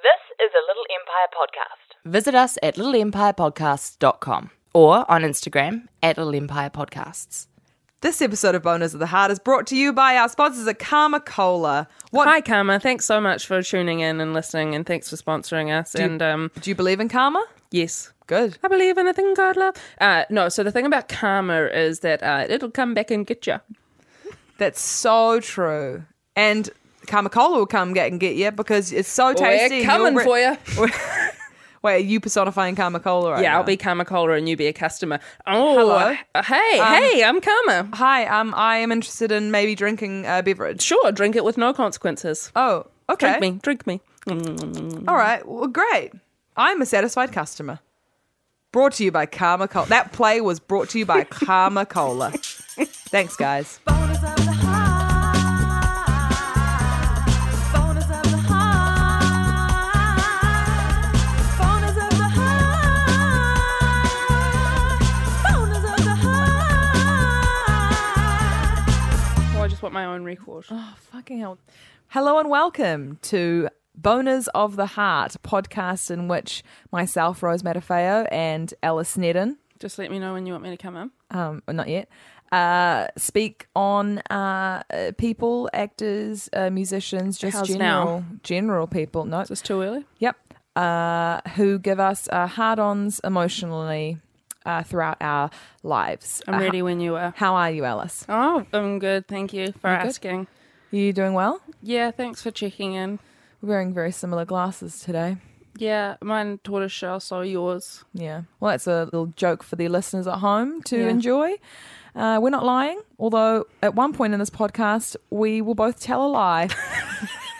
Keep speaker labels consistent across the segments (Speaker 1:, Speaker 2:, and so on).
Speaker 1: This is a Little Empire podcast.
Speaker 2: Visit us at littleempirepodcast.com or on Instagram at Little Empire Podcasts.
Speaker 3: This episode of Boners of the Heart is brought to you by our sponsors at Karma Cola. What
Speaker 4: Hi, Karma. Thanks so much for tuning in and listening, and thanks for sponsoring us. and um,
Speaker 3: do you believe in karma?
Speaker 4: yes,
Speaker 3: Good.
Speaker 4: I believe in a thing God love. Uh, no, so the thing about karma is that uh, it'll come back and get you.
Speaker 3: That's so true. And Karma Cola will come get and get you because it's so tasty.
Speaker 4: We're coming
Speaker 3: You'll re-
Speaker 4: for you.
Speaker 3: Wait, are you personifying Karma Cola right
Speaker 4: Yeah,
Speaker 3: now?
Speaker 4: I'll be Karma Cola and you be a customer. Oh,
Speaker 3: Hello.
Speaker 4: uh, hey, hey, I'm Karma.
Speaker 3: Hi, um, I am interested in maybe drinking a beverage.
Speaker 4: Sure, drink it with no consequences.
Speaker 3: Oh, okay.
Speaker 4: Drink me, drink me.
Speaker 3: All right. Well, great. I'm a satisfied customer. Brought to you by Karma Cola. That play was brought to you by Karma Cola. Thanks, guys.
Speaker 4: Oh, I just want my own record.
Speaker 3: Fucking hell. Hello and welcome to Boners of the Heart a podcast, in which myself, Rose Matafeo, and Alice Sneddon,
Speaker 4: Just let me know when you want me to come in.
Speaker 3: um, well, not yet, uh, speak on uh, uh, people, actors, uh, musicians, just
Speaker 4: How's now?
Speaker 3: general general people. No,
Speaker 4: Is this too early?
Speaker 3: Yep. Uh, who give us uh, hard ons emotionally uh, throughout our lives.
Speaker 4: I'm
Speaker 3: Uh,
Speaker 4: ready when you are.
Speaker 3: How are you, Alice?
Speaker 4: Oh, I'm good. Thank you for asking.
Speaker 3: You doing well?
Speaker 4: Yeah, thanks for checking in.
Speaker 3: We're wearing very similar glasses today.
Speaker 4: Yeah, mine tortoiseshell, so yours.
Speaker 3: Yeah. Well, that's a little joke for the listeners at home to
Speaker 4: Yeah.
Speaker 3: enjoy. Uh, we're not lying, although at one point in this podcast, we will both tell a lie.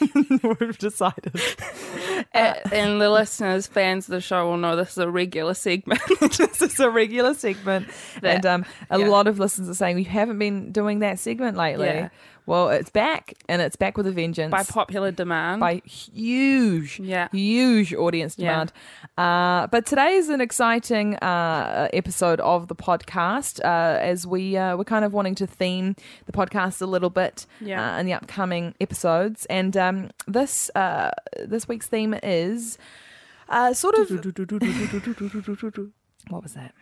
Speaker 3: We've decided. Uh,
Speaker 4: A- and the listeners, fans of the show will know this is a regular segment.
Speaker 3: this is a regular segment, and um, a
Speaker 4: yeah.
Speaker 3: lot of listeners are saying we haven't been doing that segment lately.
Speaker 4: Yeah.
Speaker 3: Well, it's back, and it's back with a vengeance
Speaker 4: By popular demand.
Speaker 3: by huge,
Speaker 4: Mm-hmm. Yeah.
Speaker 3: huge audience
Speaker 4: Yeah.
Speaker 3: demand. Uh, but today is an exciting uh, episode of the podcast uh, as we uh, we're kind of wanting to theme the podcast a little bit
Speaker 4: Yeah.
Speaker 3: uh, in the upcoming episodes. And um, this uh, this week's theme is uh, sort of what was that?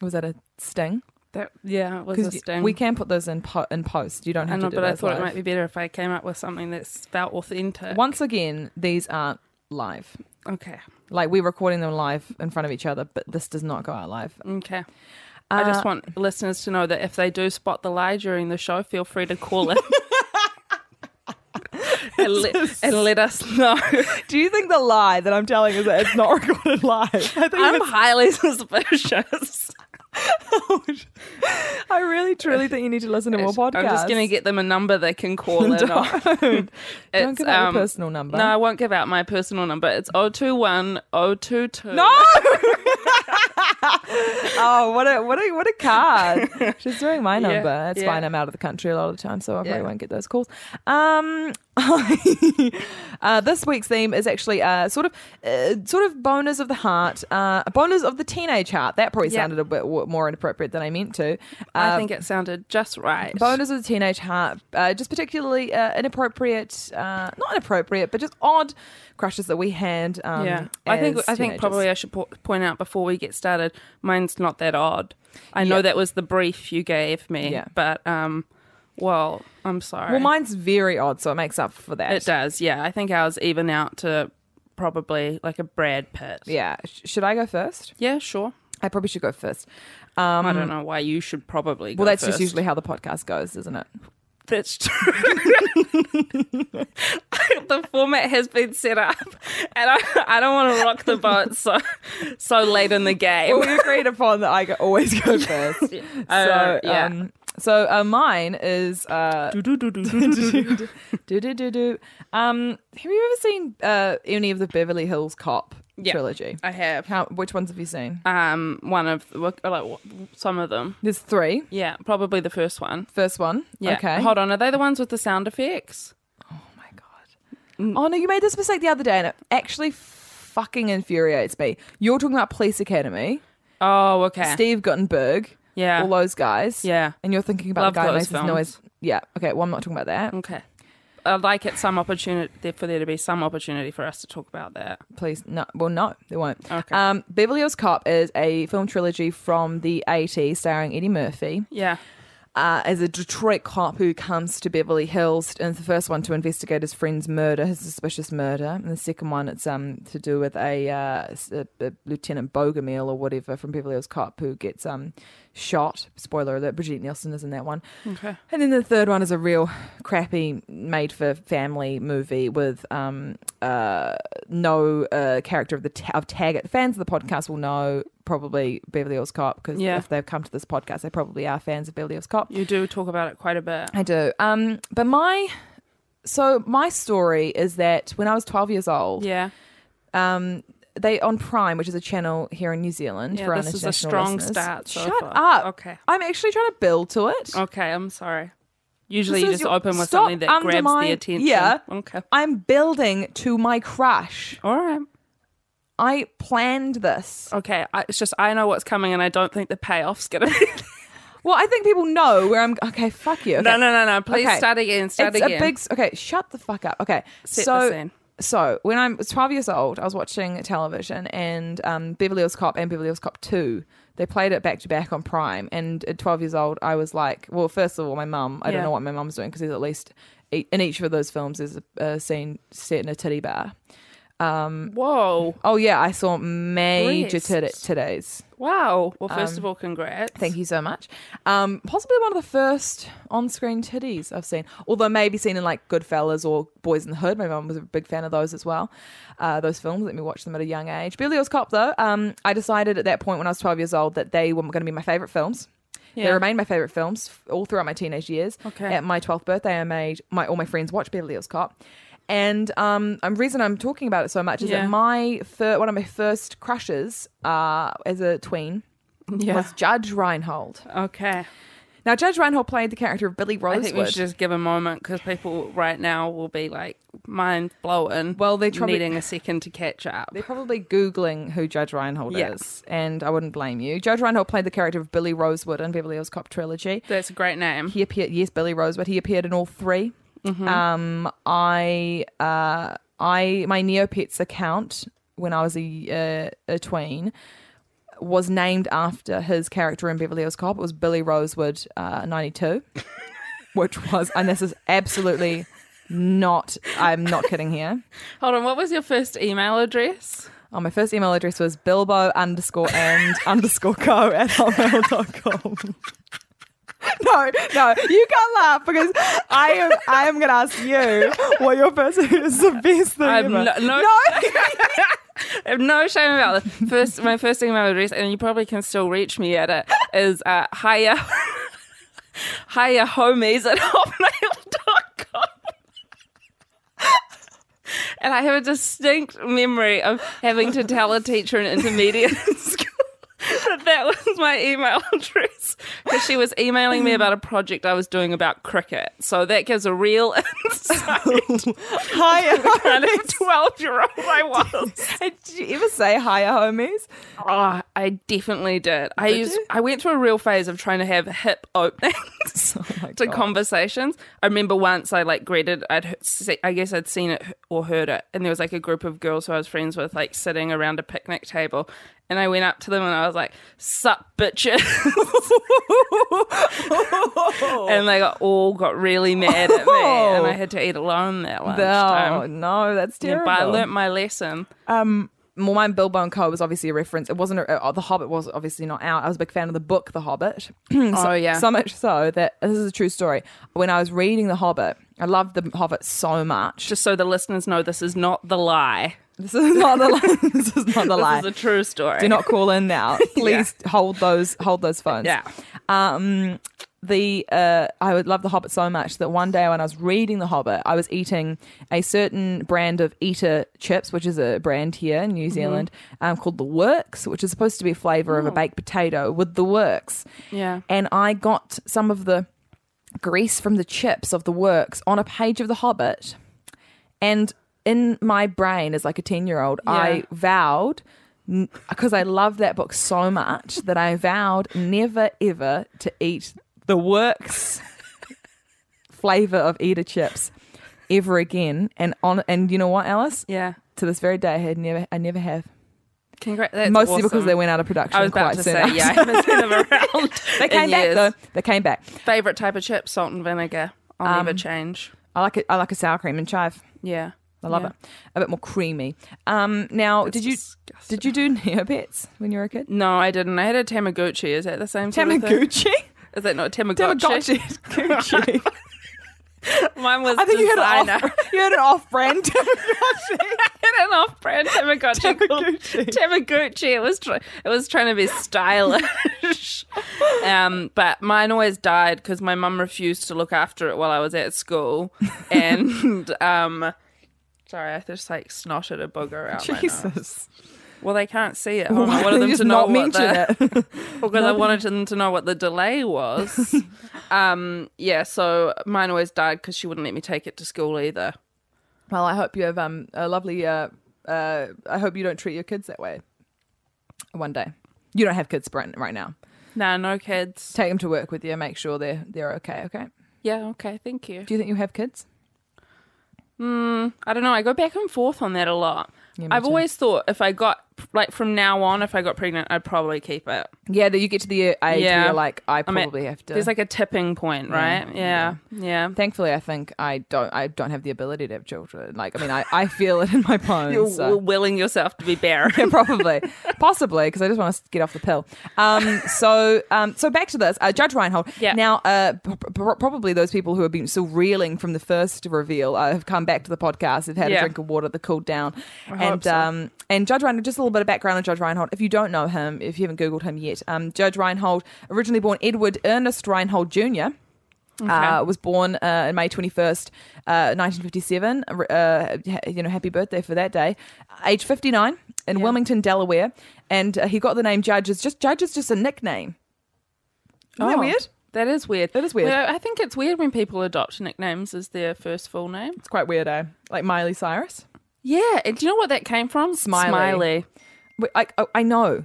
Speaker 3: Was that a sting?
Speaker 4: that, yeah, it was a
Speaker 3: Because
Speaker 4: sting.
Speaker 3: we can put those in po- in post. You don't
Speaker 4: I
Speaker 3: have to
Speaker 4: know,
Speaker 3: do
Speaker 4: but I
Speaker 3: those
Speaker 4: thought it
Speaker 3: live.
Speaker 4: might be better if I came up with something that felt authentic.
Speaker 3: Once again, these aren't live.
Speaker 4: okay,
Speaker 3: Like we're recording them live in front of each other, but this does not go out live.
Speaker 4: okay.
Speaker 3: Uh,
Speaker 4: I just want listeners to know that if they do spot the lie during the show, feel free to call it. and, let, and let us know.
Speaker 3: Do you think the lie that I'm telling is that it's not recorded live? I think
Speaker 4: I'm highly suspicious.
Speaker 3: I really truly think you need to listen to more podcasts.
Speaker 4: I'm just going to get them a number they can call in. on.
Speaker 3: Don't
Speaker 4: It's,
Speaker 3: give out
Speaker 4: um,
Speaker 3: your personal number.
Speaker 4: No, I won't give out my personal number. It's 021 022.
Speaker 3: No! oh, what a what a what a card! She's doing my number. That's
Speaker 4: yeah.
Speaker 3: fine. I'm out of the country a lot of the time, so I probably
Speaker 4: Yeah.
Speaker 3: won't get those calls. Um, uh, this week's theme is actually uh, sort of uh, sort of boners of the heart, uh, boners of the teenage heart. That probably
Speaker 4: Yeah.
Speaker 3: sounded a bit w- more inappropriate than I meant to.
Speaker 4: I
Speaker 3: Uh,
Speaker 4: think it sounded just right.
Speaker 3: Boners of the teenage heart, uh, just particularly uh, inappropriate, uh, not inappropriate, but just odd crushes that we had. Um,
Speaker 4: yeah, I think
Speaker 3: as
Speaker 4: I think
Speaker 3: teenagers.
Speaker 4: probably I should po- point out before we get started, mine's not that odd. I know
Speaker 3: Yeah.
Speaker 4: that was the brief you gave me,
Speaker 3: Yeah.
Speaker 4: but um, well, I'm sorry.
Speaker 3: Well, mine's very odd, so it makes up for that.
Speaker 4: it does. Yeah, I think ours even out to probably like a Brad Pitt.
Speaker 3: Yeah. Sh- Should I go first?
Speaker 4: yeah, sure.
Speaker 3: I probably should go first.
Speaker 4: I don't know why you should probably. Go
Speaker 3: Um, Well, that's
Speaker 4: first.
Speaker 3: just usually how the podcast goes, isn't it?
Speaker 4: That's true. the format has been set up, and I, I don't want to rock the boat so so late in the game.
Speaker 3: Well, we agreed upon that I go- always go first.
Speaker 4: Uh,
Speaker 3: so,
Speaker 4: yeah.
Speaker 3: um, So uh, mine is uh,
Speaker 4: Do-do-do-do-do-do-do.
Speaker 3: do do do do. Um, have you ever seen uh, any of the Beverly Hills Cop
Speaker 4: Yeah,
Speaker 3: trilogy?
Speaker 4: I have.
Speaker 3: How, which ones have you seen?
Speaker 4: um, one of the, like w- some of them.
Speaker 3: There's three.
Speaker 4: Yeah, probably the first one.
Speaker 3: First one.
Speaker 4: Yeah.
Speaker 3: Okay.
Speaker 4: Hold on, are they the ones with the sound effects?
Speaker 3: Oh no, you made this mistake the other day, and it actually fucking infuriates me. You're talking about Police Academy,
Speaker 4: Oh, okay.
Speaker 3: Steve Guttenberg,
Speaker 4: Yeah.
Speaker 3: all those guys,
Speaker 4: Yeah.
Speaker 3: and you're thinking about
Speaker 4: Love
Speaker 3: the guy who
Speaker 4: those
Speaker 3: makes this
Speaker 4: films. Mm.
Speaker 3: noise. Yeah. Okay. Well, I'm not talking about that.
Speaker 4: Okay. I'd like it some opportunity there for there to be some opportunity for us to talk about that.
Speaker 3: Please, no. Well, no, they won't.
Speaker 4: Okay.
Speaker 3: Um, Beverly Hills Cop is a film trilogy from the 80s starring Eddie Murphy.
Speaker 4: Yeah.
Speaker 3: uh, as a Detroit cop who comes to Beverly Hills and it's the first one to investigate his friend's murder, his suspicious murder, and the second one it's um to do with a, uh, s- a- a Lieutenant Bogomil or whatever from Beverly Hills Cop who gets um shot. Spoiler alert: Brigitte Nielsen is in that one. Okay. And then the third one is a real crappy made for family movie with um uh no uh character of the ta- of Taggart. Fans of the podcast will know probably Beverly Hills Cop because
Speaker 4: Yeah.
Speaker 3: if they've come to this podcast, they probably are fans of Beverly Hills Cop.
Speaker 4: You do talk about it quite a bit.
Speaker 3: I do. Um, but my so my story is that when I was twelve years old,
Speaker 4: Yeah.
Speaker 3: um, they on Prime, which is a channel here in New Zealand
Speaker 4: Yeah,
Speaker 3: for our
Speaker 4: this is a
Speaker 3: international
Speaker 4: strong
Speaker 3: listeners-
Speaker 4: start so
Speaker 3: Shut
Speaker 4: far.
Speaker 3: up.
Speaker 4: Okay.
Speaker 3: I'm actually trying to build to it.
Speaker 4: Okay, I'm sorry. Usually
Speaker 3: This
Speaker 4: you
Speaker 3: is
Speaker 4: just
Speaker 3: your-
Speaker 4: open with
Speaker 3: stop
Speaker 4: something that grabs
Speaker 3: undermine-
Speaker 4: the attention.
Speaker 3: Yeah.
Speaker 4: Okay.
Speaker 3: I'm building to my crush.
Speaker 4: All right.
Speaker 3: I planned this.
Speaker 4: Okay. I, it's just I know what's coming and I don't think the payoff's gonna be
Speaker 3: Well, I think people know where I'm. Okay, fuck you.
Speaker 4: No
Speaker 3: Okay.
Speaker 4: no no no. Please
Speaker 3: Okay.
Speaker 4: start again. Start
Speaker 3: it's
Speaker 4: again.
Speaker 3: a big. s- Okay, shut the fuck up. Okay,
Speaker 4: Set
Speaker 3: so
Speaker 4: the scene.
Speaker 3: so when I was twelve years old, I was watching television and um, Beverly Hills Cop and Beverly Hills Cop Two. They played it back to back on Prime, and at twelve years old, I was like, well, first of all, my mum. I
Speaker 4: Yeah.
Speaker 3: don't know what my mum's doing because there's at least e- in each of those films there's a, a scene set in a titty bar.
Speaker 4: Whoa.
Speaker 3: Oh yeah, I saw major
Speaker 4: Breasts.
Speaker 3: titty- titties.
Speaker 4: Wow. Well first of all, congrats.
Speaker 3: Um, Thank you so much. Um, possibly one of the first on-screen titties I've seen, although maybe seen in like Goodfellas or Boys in the Hood. My mum was a big fan of those as well. Uh, those films let me watch them at a young age. Beverly Hills Cop, though, um, I decided at that point when I was 12 years old that they were going to be my favorite films. They
Speaker 4: Yeah.
Speaker 3: remained my favorite films f- all throughout my teenage years.
Speaker 4: Okay.
Speaker 3: At my 12th birthday, I made my all my friends watch Beverly Hills Cop. And um, the reason I'm talking about it so much is
Speaker 4: Yeah.
Speaker 3: that my fir- one of my first crushes uh, as a tween
Speaker 4: Yeah.
Speaker 3: was Judge Reinhold.
Speaker 4: Okay.
Speaker 3: Now, Judge Reinhold played the character of Billy
Speaker 4: I think we
Speaker 3: Rosewood.
Speaker 4: should just give a moment because people right now will be like mind blowing.
Speaker 3: Well, they probably-
Speaker 4: needing a second to catch up.
Speaker 3: They're probably Googling who Judge Reinhold
Speaker 4: Yeah.
Speaker 3: is, and I wouldn't blame you. Judge Reinhold played the character of Billy Rosewood in Beverly Hills Cop trilogy.
Speaker 4: That's a great name.
Speaker 3: He appeared, yes, Billy Rosewood. He appeared in all 3 Um, I, uh, I, my Neopets account when I was a uh, a tween was named after his character in Beverly Hills Cop. It was Billy Rosewood, uh, ninety two, which was, and this is absolutely not. I'm not kidding here.
Speaker 4: Hold on, what was your first email address?
Speaker 3: Oh, my first email address was bilbo underscore and underscore co at hotmail.com. No, no, you can't laugh because I am I am gonna ask you what your first is the best thing.
Speaker 4: I'm
Speaker 3: ever.
Speaker 4: no- no-
Speaker 3: no.
Speaker 4: I have no shame about this. First, my first email address, and you probably can still reach me at it, is uh, hiya, hiya homies at hotmail.com. And I have a distinct memory of having to tell a teacher in intermediate school that that was my email address because she was emailing me about a project I was doing about cricket. So that gives a real insight.
Speaker 3: Hi,
Speaker 4: kind of 12 year old I was.
Speaker 3: did you ever say hi, homies?
Speaker 4: Oh, I definitely did. I used
Speaker 3: you?
Speaker 4: I went through a real phase of trying to have hip openings
Speaker 3: Oh my
Speaker 4: to
Speaker 3: God.
Speaker 4: conversations. I remember once I like greeted I'd he- se- I guess I'd seen it or heard it and there was like a group of girls who I was friends with like sitting around a picnic table and I went up to them and I was like, "Sup, bitches!" and they got, all got really mad at me, and
Speaker 3: Oh.
Speaker 4: I had to eat alone that
Speaker 3: No,
Speaker 4: lunchtime.
Speaker 3: oh, no, that's
Speaker 4: Yeah,
Speaker 3: terrible.
Speaker 4: but I learnt my lesson.
Speaker 3: well, mine Bilbo and Co was obviously a reference. It wasn't a, uh, The Hobbit was obviously not out. I was a big fan of the book The Hobbit. So-
Speaker 4: Oh, yeah.
Speaker 3: So much so that this is a true story. When I was reading The Hobbit, I loved The Hobbit so much.
Speaker 4: just so the listeners know, this is not the lie.
Speaker 3: This is not the lie. This is not the
Speaker 4: This
Speaker 3: lie.
Speaker 4: is a true story.
Speaker 3: Do not call in now. Please hold those hold those phones.
Speaker 4: Yeah.
Speaker 3: Um, the uh, I would love The Hobbit so much that one day when I was reading The Hobbit, I was eating a certain brand of Eater chips, which is a brand here in New Zealand, um, called The Works, which is supposed to be a flavour of a baked potato with the works.
Speaker 4: Yeah.
Speaker 3: And I got some of the grease from the chips of the works on a page of The Hobbit. And in my brain, as like a 10 year old,
Speaker 4: Yeah.
Speaker 3: I vowed, because I loved that book so much, that I vowed never ever to eat the works flavor of Eater chips ever again. And on and you know what, Alice?
Speaker 4: Yeah.
Speaker 3: To this very day, I had never, I never have.
Speaker 4: Congrats. That's
Speaker 3: Mostly because
Speaker 4: awesome.
Speaker 3: they went out of production
Speaker 4: I was
Speaker 3: quite
Speaker 4: about to
Speaker 3: soon.
Speaker 4: say,
Speaker 3: after.
Speaker 4: yeah, I haven't seen them around.
Speaker 3: they came back though. They came back.
Speaker 4: Favorite type of chip, salt and vinegar. I'll
Speaker 3: Um,
Speaker 4: never change.
Speaker 3: I like it. I like a sour cream and chive.
Speaker 4: Yeah,
Speaker 3: I love
Speaker 4: Yeah.
Speaker 3: it. A bit more creamy. Um, now, did you
Speaker 4: disgusting.
Speaker 3: did you do Neopets when you were a kid?
Speaker 4: No, I didn't. I had a Tamaguchi. Is that the same? sort of thing?
Speaker 3: Tamagotchi.
Speaker 4: Is that not a Tamagotchi?
Speaker 3: Tamagotchi. Gucci.
Speaker 4: Mine was
Speaker 3: I think you had an
Speaker 4: designer.
Speaker 3: off. You had an off-brand. Tamagotchi.
Speaker 4: I had an off-brand Tamagotchi called Tamaguchi. It was try- it was trying to be stylish, um, but mine always died because my mum refused to look after it while I was at school, and um, sorry, I just like snotted a booger out. my nose.
Speaker 3: Jesus.
Speaker 4: Well, they can't see it. I don't know.
Speaker 3: Why
Speaker 4: I wanted
Speaker 3: did
Speaker 4: them
Speaker 3: you
Speaker 4: to
Speaker 3: just
Speaker 4: know
Speaker 3: not
Speaker 4: what
Speaker 3: mention
Speaker 4: the,
Speaker 3: it?
Speaker 4: because I wanted them to know what the delay was. um, yeah, so mine always died because she wouldn't let me take it to school either.
Speaker 3: Well, I hope you have um, a lovely. Uh, uh, I hope you don't treat your kids that way. One day, you don't have kids right right now.
Speaker 4: Nah, no kids.
Speaker 3: Take them to work with you. Make sure they're they're okay. Okay.
Speaker 4: Yeah, okay, thank you.
Speaker 3: Do you think you have kids?
Speaker 4: I don't know. I go back and forth on that a lot.
Speaker 3: me
Speaker 4: I've
Speaker 3: too.
Speaker 4: always thought if I got like from now on, if I got pregnant, I'd probably keep it.
Speaker 3: Yeah, that you get to the age where
Speaker 4: Yeah.
Speaker 3: you're like, I
Speaker 4: I mean,
Speaker 3: probably have to.
Speaker 4: There's like a tipping point, right? Yeah, yeah.
Speaker 3: Thankfully, I think I don't. I don't have the ability to have children. Like, I mean, I, I feel it in my
Speaker 4: You're
Speaker 3: bones.
Speaker 4: w-
Speaker 3: So.
Speaker 4: willing yourself to be barren.
Speaker 3: Yeah, probably, possibly, because I just want to get off the pill. Um, so, um, so back to this, uh, Judge Reinhold.
Speaker 4: Yeah.
Speaker 3: Now, uh, p- p- probably those people who have been still reeling from the first reveal uh, have come back to the podcast. Have had
Speaker 4: Yeah.
Speaker 3: a drink of water, they cooled down,
Speaker 4: hope
Speaker 3: and
Speaker 4: so.
Speaker 3: um, and Judge Reinhold, just a little bit of background on Judge Reinhold. If you don't know him, if you haven't Googled him yet, um, Judge Reinhold, originally born Edward Ernest Reinhold Jr., uh, was born uh, on May 21st, uh, 1957. Uh, ha- you know, happy birthday for that day. Age 59 in Wilmington, Delaware. And uh, he got the name Judge. It's just, Judge is just a nickname. Isn't that
Speaker 4: Oh,
Speaker 3: weird?
Speaker 4: That is weird.
Speaker 3: That is weird.
Speaker 4: Well, I think it's weird when people adopt nicknames as their first full name.
Speaker 3: It's quite weird, eh? Like Miley Cyrus.
Speaker 4: Yeah, and do you know what that came from?
Speaker 3: Smiley.
Speaker 4: Smiley. Uh,
Speaker 3: Wait, I, oh, I know.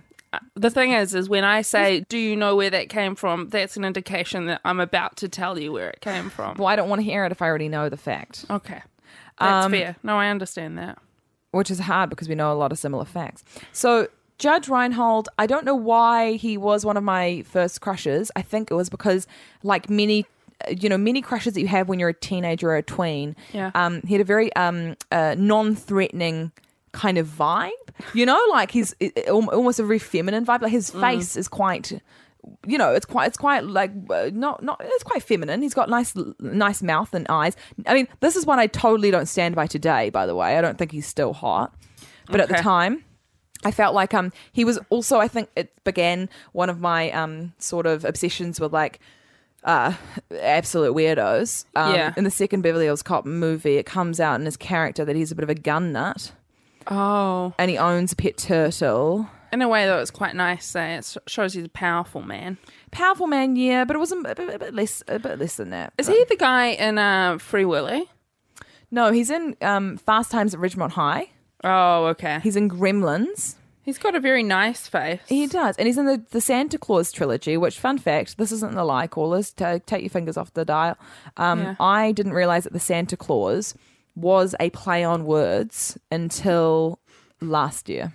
Speaker 4: The thing is, is when I say, "Do you know where that came from?" That's an indication that I'm about to tell you where it came from.
Speaker 3: Well, I don't want to hear it if I already know the fact,
Speaker 4: Okay, Um, that's fair. No, I understand that.
Speaker 3: which is hard because we know a lot of similar facts. So, Judge Reinhold, I don't know why he was one of my first crushes. I think it was because, like many, uh, you know, many crushes that you have when you're a teenager or a tween,
Speaker 4: Yeah.
Speaker 3: um, he had a very um, uh, non-threatening kind of vibe. You know, like he's i- i- al- almost a very feminine vibe. Like his face is quite, you know, it's quite, it's quite like uh, not, not. It's quite feminine. He's got nice, l- nice mouth and eyes. I mean, this is one I totally don't stand by today. By the way, I don't think he's still hot, but at the
Speaker 4: Okay.
Speaker 3: time. I felt like um he was also I think it began one of my um sort of obsessions with like uh absolute weirdos. Um,
Speaker 4: Yeah.
Speaker 3: In the second Beverly Hills Cop movie, it comes out in his character that he's a bit of a gun nut
Speaker 4: Oh,
Speaker 3: and he owns a pet turtle.
Speaker 4: in a way though, it's quite nice. Eh? It shows he's a powerful man.
Speaker 3: Powerful man, yeah, but it was a, a, bit- a bit less a bit less than that.
Speaker 4: Is he the guy in uh, Free Willy?
Speaker 3: No, he's in um Fast Times at Ridgemont High.
Speaker 4: Oh, okay.
Speaker 3: He's in Gremlins.
Speaker 4: He's got a very nice face.
Speaker 3: He does, and he's in the, the Santa Claus trilogy. Which, fun fact, this isn't the lie callers. Ta take your fingers off the dial. Um,
Speaker 4: Yeah.
Speaker 3: I didn't realize that the Santa Claus was a play on words until last year.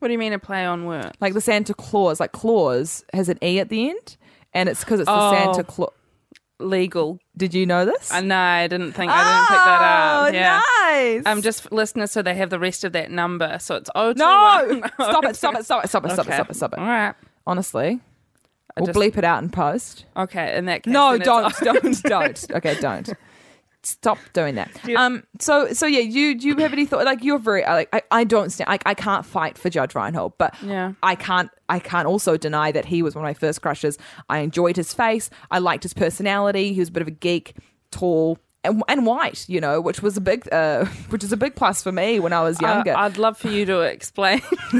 Speaker 4: What do you mean a play on words?
Speaker 3: Like the Santa Claus, like Claus has an e at the end, and it's because it's the
Speaker 4: Oh.
Speaker 3: Santa Claus.
Speaker 4: Legal?
Speaker 3: Did you know this?
Speaker 4: Uh, no, I didn't think. I didn't pick that up.
Speaker 3: Oh,
Speaker 4: yeah.
Speaker 3: nice.
Speaker 4: I'm just listeners, so they have the rest of that number. So it's oh
Speaker 3: no, stop it! Stop it! Stop it! Stop it! Stop it!
Speaker 4: Okay.
Speaker 3: Stop it! Stop
Speaker 4: All
Speaker 3: it!
Speaker 4: right.
Speaker 3: Honestly, we'll
Speaker 4: just-
Speaker 3: bleep it out and post.
Speaker 4: Okay. In that case,
Speaker 3: No,
Speaker 4: then it's-
Speaker 3: don't, don't, don't. Okay, don't. Stop doing that. Um. So so yeah. You do you have any thought? Like you're very uh, like I, I don't stand. I, I can't fight for Judge Reinhold, but
Speaker 4: Yeah.
Speaker 3: I can't. I can't also deny that he was one of my first crushes. I enjoyed his face. I liked his personality. He was a bit of a geek, tall. And, and white, you know, which was a big, uh, which is a big plus for me when I was younger.
Speaker 4: I, would Uh, love for you to explain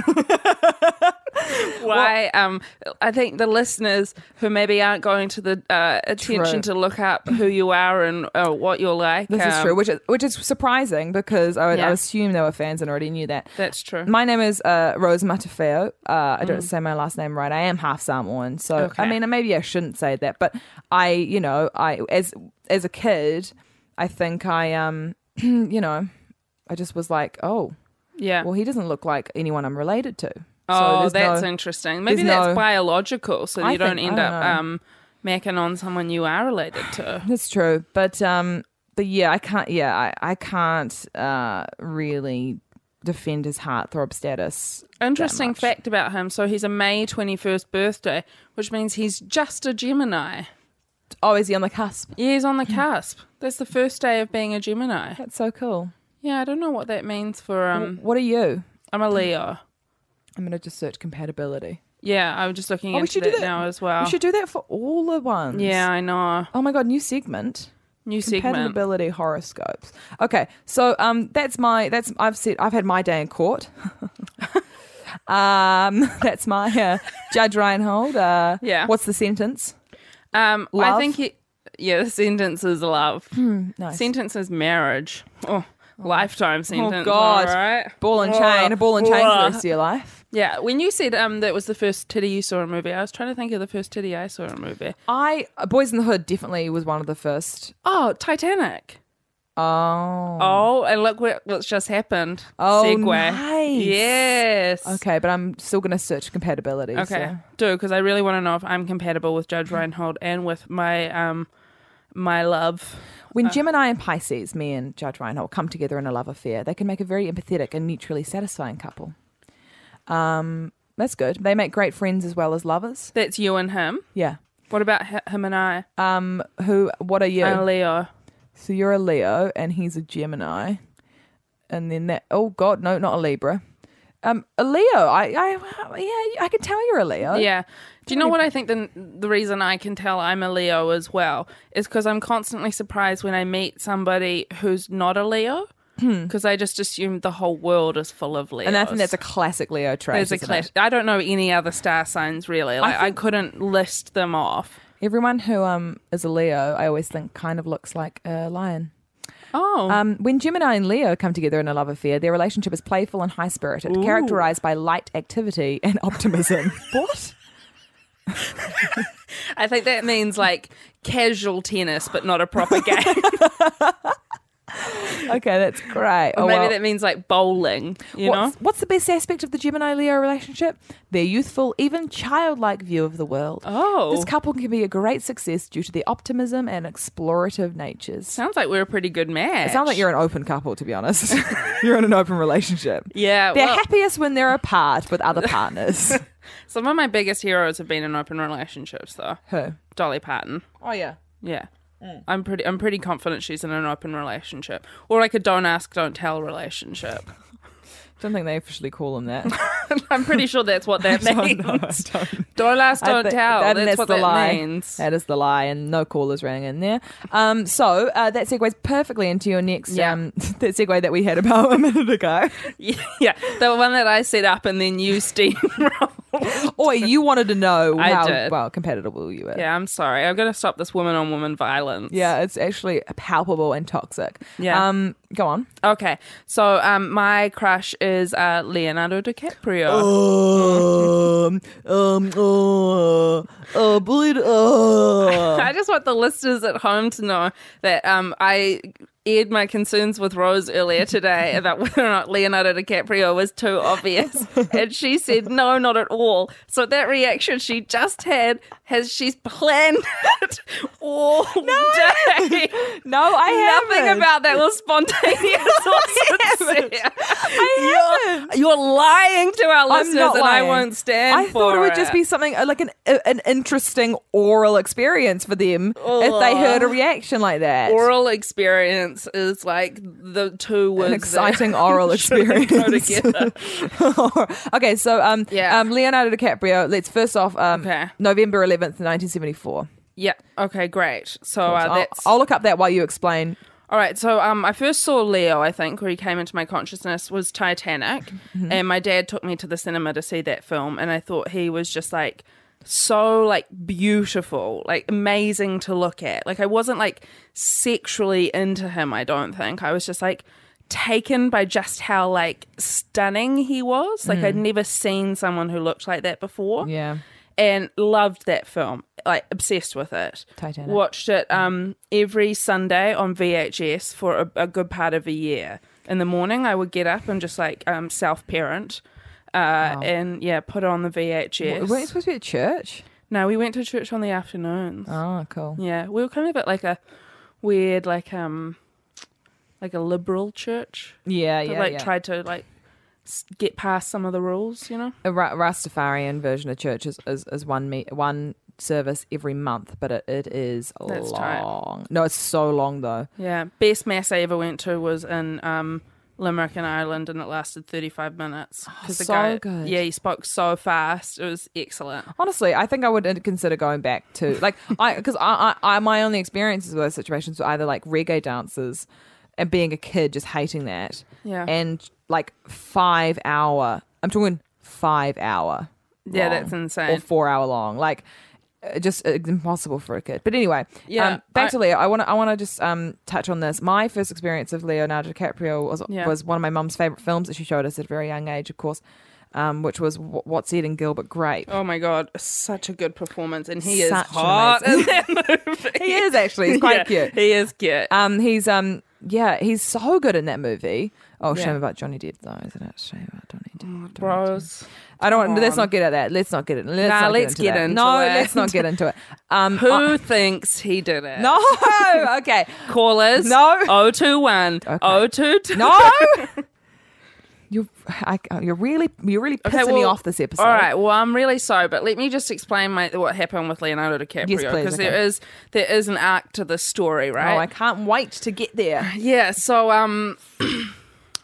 Speaker 4: why. um, I think the listeners who maybe aren't going to the uh, attention
Speaker 3: True.
Speaker 4: to look up who you are and uh, what you're like.
Speaker 3: This is
Speaker 4: um,
Speaker 3: true, which is which is surprising because I would, I
Speaker 4: Yeah.
Speaker 3: assume they were fans and already knew that.
Speaker 4: That's true. Mm.
Speaker 3: My name is uh, Rose Matafeo. Uh, I don't say my last name right. I am half Samoan, so I
Speaker 4: Okay.
Speaker 3: mean maybe I shouldn't say that, but I, you know, I as as a kid, I think I um, you know, I just was like, oh,
Speaker 4: yeah.
Speaker 3: well, he doesn't look like anyone I'm related to.
Speaker 4: oh,
Speaker 3: there's
Speaker 4: that's
Speaker 3: no-
Speaker 4: interesting. Maybe
Speaker 3: there's
Speaker 4: that's
Speaker 3: no-
Speaker 4: biological, so
Speaker 3: I
Speaker 4: you don't
Speaker 3: think-
Speaker 4: end
Speaker 3: I
Speaker 4: up
Speaker 3: don't know.
Speaker 4: um, macking on someone you are related to.
Speaker 3: That's true, but um, but yeah, I can't. Yeah, I I can't uh really defend his heartthrob status. that
Speaker 4: Interesting
Speaker 3: much.
Speaker 4: fact about him. So he's a May 21st birthday, which means he's just a Gemini.
Speaker 3: Oh, is he on the cusp?
Speaker 4: Yeah, he's on
Speaker 3: Hmm.
Speaker 4: the cusp. That's the first day of being a Gemini.
Speaker 3: That's so cool.
Speaker 4: Yeah, I don't know what that means for um.
Speaker 3: What are you?
Speaker 4: I'm a Leo.
Speaker 3: I'm gonna just search compatibility.
Speaker 4: Yeah, I'm just looking
Speaker 3: Oh, we
Speaker 4: into
Speaker 3: should do
Speaker 4: that,
Speaker 3: that-
Speaker 4: now as well.
Speaker 3: We should do that for all the ones.
Speaker 4: yeah, I know.
Speaker 3: Oh my god, new segment.
Speaker 4: New segment.
Speaker 3: Compatibility horoscopes. Okay, so um, that's my that's I've said I've had my day in court. um, that's my uh, Judge Reinhold. Uh,
Speaker 4: Yeah.
Speaker 3: What's the sentence?
Speaker 4: Um, I
Speaker 3: Love. Hmm,
Speaker 4: think it, yeah, the sentence is love.
Speaker 3: Nice.
Speaker 4: Sentence is marriage. Oh, lifetime sentence.
Speaker 3: Oh God!
Speaker 4: All right.
Speaker 3: Ball and
Speaker 4: Oh,
Speaker 3: chain, a ball and chain for the
Speaker 4: oh.
Speaker 3: rest of your life.
Speaker 4: Yeah, when you said um that was the first titty you saw in a movie, I was trying to think of the first titty I saw in a movie.
Speaker 3: I Boys in the Hood definitely was one of the first.
Speaker 4: Oh, Titanic.
Speaker 3: Oh,
Speaker 4: Oh, and look what, what's just happened.
Speaker 3: Oh,
Speaker 4: Segway.
Speaker 3: nice.
Speaker 4: Yes.
Speaker 3: okay, but I'm still gonna search compatibility.
Speaker 4: Okay, do because I really want to know if I'm compatible with Judge Reinhold and with my um my love.
Speaker 3: When Gemini and Pisces, me and Judge Reinhold, come together in a love affair, they can make a very empathetic and mutually satisfying couple. Um, that's good. They make great friends as well as lovers.
Speaker 4: That's you and him.
Speaker 3: Yeah.
Speaker 4: What about hi- him and I?
Speaker 3: Um, who? What are you?
Speaker 4: And Leo.
Speaker 3: so you're a Leo, and he's a Gemini, and then that. Oh God, no, not a Libra. Um, a Leo. I, I, yeah, I can tell you're a Leo.
Speaker 4: Yeah. Do you know what I think? The the reason I can tell I'm a Leo as well is because I'm constantly surprised when I meet somebody who's not a Leo, because I just assume the whole world is full of Leos.
Speaker 3: Hmm. And I think that's a classic Leo trait.
Speaker 4: there's a
Speaker 3: isn't it?
Speaker 4: clash. I don't know any other star signs really. Like I, couldn't list them off.
Speaker 3: Everyone who um is a Leo, I always think kind of looks like a lion.
Speaker 4: Oh,
Speaker 3: Um, when Gemini and Leo come together in a love affair, their relationship is playful and high spirited, characterized by light activity and optimism. what?
Speaker 4: I think that means like casual tennis, but not a proper game.
Speaker 3: Okay, that's great.
Speaker 4: Or
Speaker 3: Oh,
Speaker 4: maybe
Speaker 3: well,
Speaker 4: that means like bowling. You know.
Speaker 3: what's, what's the best aspect of the Gemini Leo relationship? Their youthful, even childlike view of the world.
Speaker 4: Oh.
Speaker 3: This couple can be a great success due to their optimism and explorative natures.
Speaker 4: Sounds like we're a pretty good match.
Speaker 3: It sounds like you're an open couple, to be honest. you're in an open relationship.
Speaker 4: Yeah,
Speaker 3: They're
Speaker 4: Oh, well-
Speaker 3: happiest when they're apart with other partners.
Speaker 4: Some of my biggest heroes have been in open relationships, though.
Speaker 3: Who?
Speaker 4: Dolly Parton.
Speaker 3: Oh, yeah. Mm.
Speaker 4: Yeah. I'm pretty. I'm pretty confident she's in an open relationship, or like a don't ask, don't tell relationship.
Speaker 3: Don't think they officially call them that.
Speaker 4: I'm pretty sure that's what that means. Don't, ask,
Speaker 3: I
Speaker 4: don't
Speaker 3: thi-
Speaker 4: tell.
Speaker 3: that-
Speaker 4: that's, what
Speaker 3: the
Speaker 4: that
Speaker 3: lie.
Speaker 4: means.
Speaker 3: That is the lie, and no callers running in there. Um, so uh, that segues perfectly into your next
Speaker 4: Yeah.
Speaker 3: um, that segue that we had about a minute ago.
Speaker 4: yeah, yeah. the one that I set up and then you steamrolled.
Speaker 3: Or you wanted to know
Speaker 4: I
Speaker 3: how
Speaker 4: did.
Speaker 3: well compatible you were.
Speaker 4: yeah, I'm sorry. I've got to stop this woman on woman violence.
Speaker 3: Yeah, it's actually palpable and toxic.
Speaker 4: Yeah.
Speaker 3: Um, go on.
Speaker 4: Okay. So, um, my crush is uh, Leonardo DiCaprio.
Speaker 3: Um, um, uh, uh, bullied, uh.
Speaker 4: I just want the listeners at home to know that um, I aired my concerns with Rose earlier today about whether or not Leonardo DiCaprio was too obvious, and she said no, not at all. So that reaction she just had has she's planned it all day.
Speaker 3: No, I
Speaker 4: Nothing
Speaker 3: haven't.
Speaker 4: about that was spontaneous. or sincere.
Speaker 3: I haven't.
Speaker 4: You're, You're lying to
Speaker 3: I'm
Speaker 4: our listeners,
Speaker 3: not
Speaker 4: and I
Speaker 3: lying.
Speaker 4: won't stand
Speaker 3: I thought it
Speaker 4: for
Speaker 3: would just be something uh, like an uh, an interesting oral experience for them if they heard a reaction like that.
Speaker 4: Oral experience is like the two words.
Speaker 3: an
Speaker 4: that
Speaker 3: exciting oral
Speaker 4: shouldn't
Speaker 3: experience.
Speaker 4: go together.
Speaker 3: okay, so um,
Speaker 4: Yeah.
Speaker 3: um, Leonardo DiCaprio. Let's first off, um,
Speaker 4: Okay.
Speaker 3: November eleventh, nineteen seventy four.
Speaker 4: yeah. Okay. Great. So uh,
Speaker 3: I'll,
Speaker 4: that's
Speaker 3: I'll look up that while you explain.
Speaker 4: All right, so um, I first saw Leo, I think, where he came into my consciousness was Titanic, and my dad took me to the cinema to see that film, and I thought he was just like so like beautiful, like amazing to look at. Like I wasn't like sexually into him, I don't think. I was just like taken by just how like stunning he was. Like I'd never seen someone who looked like that before
Speaker 3: Yeah.
Speaker 4: and loved that film. Like obsessed with it.
Speaker 3: Titanic.
Speaker 4: Watched it um every Sunday on VHS for a, a good part of a year. In the morning, I would get up and just like um self parent, uh, and yeah, put on the VHS.
Speaker 3: Weren't you supposed to be at church?
Speaker 4: no, we went to church on the afternoons.
Speaker 3: Oh, cool.
Speaker 4: Yeah, we were kind of at like a weird like um like a liberal church.
Speaker 3: Yeah,
Speaker 4: that,
Speaker 3: yeah,
Speaker 4: like
Speaker 3: yeah.
Speaker 4: tried to like s- get past some of the rules, you know.
Speaker 3: a Ra- Rastafarian version of church is, is, is one me- one service every month, but it, it is
Speaker 4: That's tight.
Speaker 3: long. No, it's so long though.
Speaker 4: Yeah, best mass I ever went to was in um, Limerick in Ireland, and it lasted thirty five minutes. Because
Speaker 3: Oh, so good.
Speaker 4: Yeah, he spoke so fast; it was excellent.
Speaker 3: Honestly, I think I would uh, consider going back to like I because I, I, I my only experiences with those situations were either like reggae dances and being a kid just hating that.
Speaker 4: Yeah.
Speaker 3: And like five hour. I'm talking five hour.
Speaker 4: Yeah,
Speaker 3: long
Speaker 4: that's insane.
Speaker 3: Or four hour long. Like uh, just uh, impossible for a kid. But anyway,
Speaker 4: Yeah,
Speaker 3: um, back
Speaker 4: I-
Speaker 3: to Leo. I want to I want to just um, touch on this. My first experience of Leonardo DiCaprio was
Speaker 4: Yeah.
Speaker 3: was one of my mum's favorite films that she showed us at a very young age, of course, um, which was Wh- What's Eating Gilbert Grape.
Speaker 4: Oh my god, such a good performance, and he
Speaker 3: Such an
Speaker 4: is hot in that movie.
Speaker 3: He is actually. He's quite
Speaker 4: Yeah,
Speaker 3: cute.
Speaker 4: He is cute.
Speaker 3: Um, he's um, yeah, he's so good in that movie. Oh,
Speaker 4: Yeah.
Speaker 3: shame about Johnny Depp though, isn't it? Shame about Johnny Depp. Johnny Depp.
Speaker 4: Bros,
Speaker 3: I don't.
Speaker 4: come
Speaker 3: Let's
Speaker 4: on.
Speaker 3: not get at that. Let's not get it. Let's
Speaker 4: Nah,
Speaker 3: not
Speaker 4: let's
Speaker 3: into
Speaker 4: get
Speaker 3: that.
Speaker 4: into
Speaker 3: No,
Speaker 4: it.
Speaker 3: let's not get into it. Um,
Speaker 4: who
Speaker 3: I-
Speaker 4: thinks he did it?
Speaker 3: no. Okay.
Speaker 4: callers.
Speaker 3: No.
Speaker 4: 021,
Speaker 3: Okay.
Speaker 4: 022.
Speaker 3: No. You're, I, oh, you're really, you're really pissing me
Speaker 4: well,
Speaker 3: off this episode.
Speaker 4: All right. Well, I'm really sorry, but let me just explain my, what happened with Leonardo DiCaprio
Speaker 3: Yes, please,
Speaker 4: because there
Speaker 3: okay.
Speaker 4: is there is an arc to this story,
Speaker 3: Oh, I
Speaker 4: right?
Speaker 3: can't wait to get there.
Speaker 4: yeah. So um,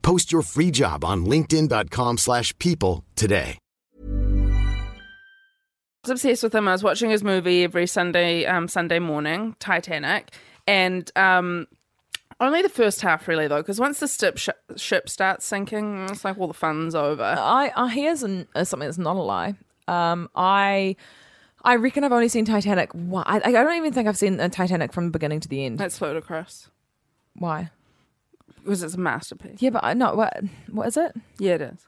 Speaker 5: Post your free job on linkedin.com/people slash people today.
Speaker 4: was obsessed with him. I was watching his movie every Sunday, um, Sunday morning, Titanic, and um, only the first half really though, because once the ship sh- ship starts sinking, it's like all the fun's over.
Speaker 3: I, I here's an, uh, something that's not a lie. Um, I, I reckon I've only seen Titanic. Why? I, I don't even think I've seen uh, Titanic from the beginning to the end.
Speaker 4: That's ludicrous
Speaker 3: Why?
Speaker 4: because it's a masterpiece.
Speaker 3: Yeah, but I no. What? What is it?
Speaker 4: Yeah, it is.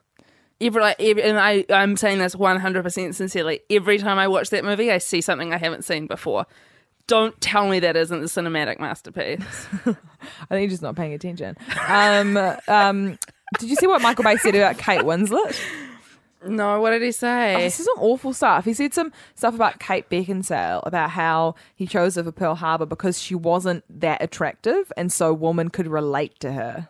Speaker 4: Every, like, every, and I, I'm saying this 100% sincerely. Every time I watch that movie, I see something I haven't seen before. Don't tell me that isn't the cinematic masterpiece.
Speaker 3: I think you're just not paying attention. Um, um, did you see what Michael Bay said about Kate Winslet?
Speaker 4: no, what did he
Speaker 3: Oh,
Speaker 4: say?
Speaker 3: this is some awful stuff. He said some stuff about Kate Beckinsale about how he chose her for Pearl Harbor because she wasn't that attractive, and so women could relate to her.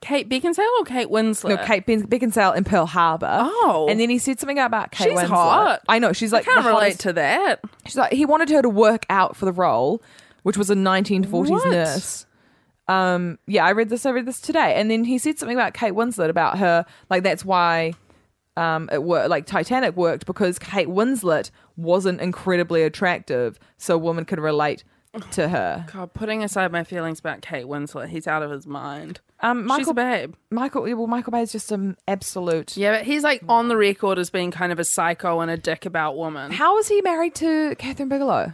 Speaker 4: Kate Beckinsale or Kate Winslet?
Speaker 3: No, Kate Ben- Beckinsale in Pearl Harbor.
Speaker 4: Uh. Oh.
Speaker 3: and then he said something about Kate.
Speaker 4: She's
Speaker 3: Winslet.
Speaker 4: hot.
Speaker 3: I know she's
Speaker 4: I
Speaker 3: like
Speaker 4: can't
Speaker 3: the
Speaker 4: relate
Speaker 3: hottest-
Speaker 4: to that.
Speaker 3: She's like he wanted her to work out for the role, which was a 1940s
Speaker 4: What?
Speaker 3: nurse. Um, yeah, I read this. I read this today, and then he said something about Kate Winslet about her. Like that's why, um, it worked. Like Titanic worked because Kate Winslet wasn't incredibly attractive, so women could relate to her.
Speaker 4: God, putting aside my feelings about Kate Winslet, he's out of his mind.
Speaker 3: Um,
Speaker 4: She's
Speaker 3: Michael
Speaker 4: a babe.
Speaker 3: Michael, well, Michael Bay is just an absolute.
Speaker 4: Yeah, but he's like on the record as being kind of a psycho and a dick about women.
Speaker 3: How is he married to Catherine Bigelow?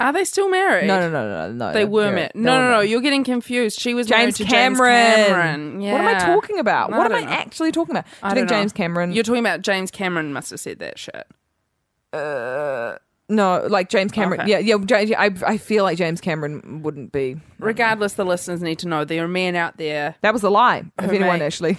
Speaker 4: Are they still married?
Speaker 3: No, no, no, no, no, no.
Speaker 4: They were
Speaker 3: they're-
Speaker 4: married.
Speaker 3: they
Speaker 4: No,
Speaker 3: were
Speaker 4: no, no.
Speaker 3: married.
Speaker 4: You're getting confused. She was married
Speaker 3: James
Speaker 4: to
Speaker 3: Cameron.
Speaker 4: James Cameron. Yeah.
Speaker 3: What am I talking about?
Speaker 4: No,
Speaker 3: what am I
Speaker 4: don't know.
Speaker 3: actually talking about? Do you
Speaker 4: I
Speaker 3: think
Speaker 4: don't know.
Speaker 3: James Cameron?
Speaker 4: You're talking about James Cameron must have said that shit.
Speaker 3: no, like James Cameron.
Speaker 4: Okay.
Speaker 3: Yeah, yeah. James, I, I feel like James Cameron wouldn't be.
Speaker 4: Regardless, the listeners need to know there are men out there.
Speaker 3: That was a lie. If anyone
Speaker 4: Oh, mate.
Speaker 3: actually,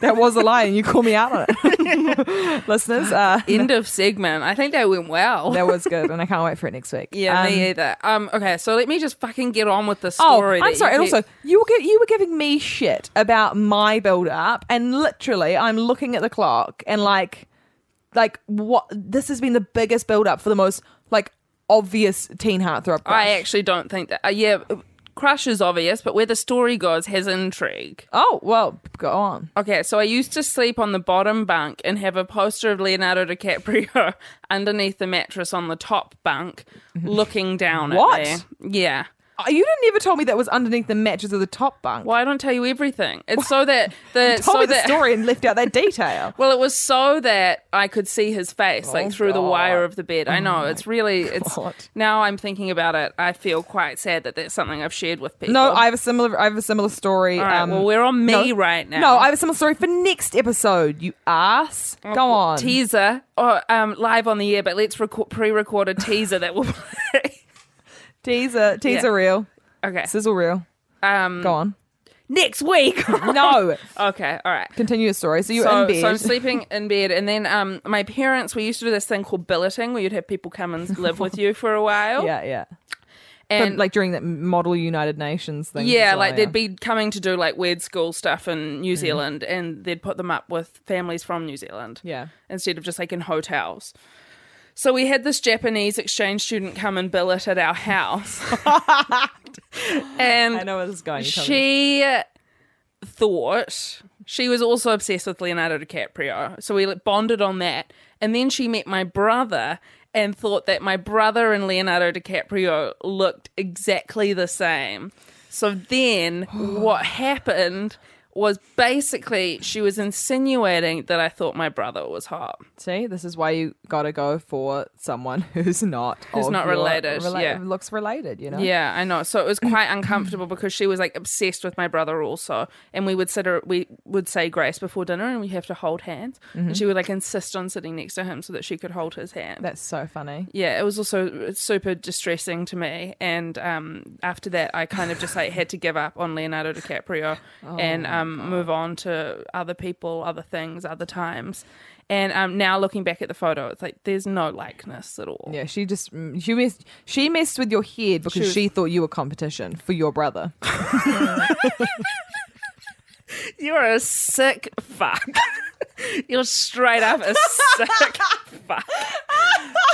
Speaker 3: that was a lie, and you call me out on it, listeners. Uh,
Speaker 4: End of segment. I think that went well.
Speaker 3: that was good, and I can't wait for it next week.
Speaker 4: yeah,
Speaker 3: Um,
Speaker 4: me either. Um, okay, so let me just fucking get on with the
Speaker 3: Oh,
Speaker 4: story.
Speaker 3: I'm
Speaker 4: that
Speaker 3: sorry.
Speaker 4: you
Speaker 3: And
Speaker 4: keep-
Speaker 3: also, you were gi- you were giving me shit about my build up, and literally, I'm looking at the clock and like, like what? This has been the biggest build up for the most like obvious teen heartthrob.
Speaker 4: I
Speaker 3: crush.
Speaker 4: actually don't think that. Uh, yeah, crush is obvious, but where the story goes has intrigue.
Speaker 3: Oh well, go on.
Speaker 4: Okay, so I used to sleep on the bottom bunk and have a poster of Leonardo DiCaprio underneath the mattress on the top bunk, looking down
Speaker 3: Mm-hmm. What?
Speaker 4: at me. Yeah.
Speaker 3: Oh, You didn't ever tell me that was underneath the mattress of the top bunk.
Speaker 4: Why I don't tell you everything? It's so that the
Speaker 3: You told me
Speaker 4: so
Speaker 3: the
Speaker 4: that,
Speaker 3: story and left out that detail.
Speaker 4: Well, it was so that I could see his face,
Speaker 3: Oh,
Speaker 4: like through the wire of the bed. I know it's really it's.
Speaker 3: God.
Speaker 4: Now I'm thinking about it. I feel quite sad that that's something I've shared with people.
Speaker 3: No, I have a similar. I have a similar story. um,
Speaker 4: right, well, we're on me right now. Oh,
Speaker 3: No, I have a similar story for next episode. You ass. Go on.
Speaker 4: teaser or um, live on the air, but let's record, pre-record a teaser that will play.
Speaker 3: teaser. Teaser
Speaker 4: Yeah.
Speaker 3: reel.
Speaker 4: okay.
Speaker 3: Sizzle reel.
Speaker 4: Um,
Speaker 3: Go on.
Speaker 4: next week.
Speaker 3: No.
Speaker 4: okay, all right.
Speaker 3: Continue your story. So you're
Speaker 4: so,
Speaker 3: in bed.
Speaker 4: so I'm sleeping in bed, and then um, my parents we used to do this thing called billeting, where you'd have people come and live with you for a while.
Speaker 3: yeah, yeah.
Speaker 4: and
Speaker 3: but like during that model United Nations thing.
Speaker 4: yeah,
Speaker 3: as well, Mm-hmm.
Speaker 4: like they'd be coming to do like weird school stuff in New Zealand, and they'd put them up with families from New Zealand.
Speaker 3: Yeah.
Speaker 4: instead of just like in hotels. So we had this Japanese exchange student come and billet at our house, and
Speaker 3: I know where this is going. You told me
Speaker 4: she thought she was also obsessed with Leonardo DiCaprio, so we like, bonded on that. And then she met my brother and thought that my brother and Leonardo DiCaprio looked exactly the same. So then what happened was basically she was insinuating that I thought my brother was hot.
Speaker 3: this. See, this is why you gotta go for someone who's not
Speaker 4: Who's
Speaker 3: of
Speaker 4: not
Speaker 3: your
Speaker 4: related, yeah.
Speaker 3: looks related. You know.
Speaker 4: Yeah, I know. So it was quite uncomfortable because she was like obsessed with my brother also, and we would sit her, we would say grace before dinner, and we have to hold hands, and she would like insist on sitting next to him so that she could hold his hand.
Speaker 3: That's so funny.
Speaker 4: yeah, it was also uh, super distressing to me, and um, after that, I kind of just like had to give up on Leonardo DiCaprio and um, move on to other people, other things, other times. And um, now looking back at the photo, it's like there's no likeness at all.
Speaker 3: Yeah, she just mm, she messed she messed with your head because she,
Speaker 4: was-
Speaker 3: thought you were competition for your brother.
Speaker 4: You're a sick fuck. You're straight up a sick fuck.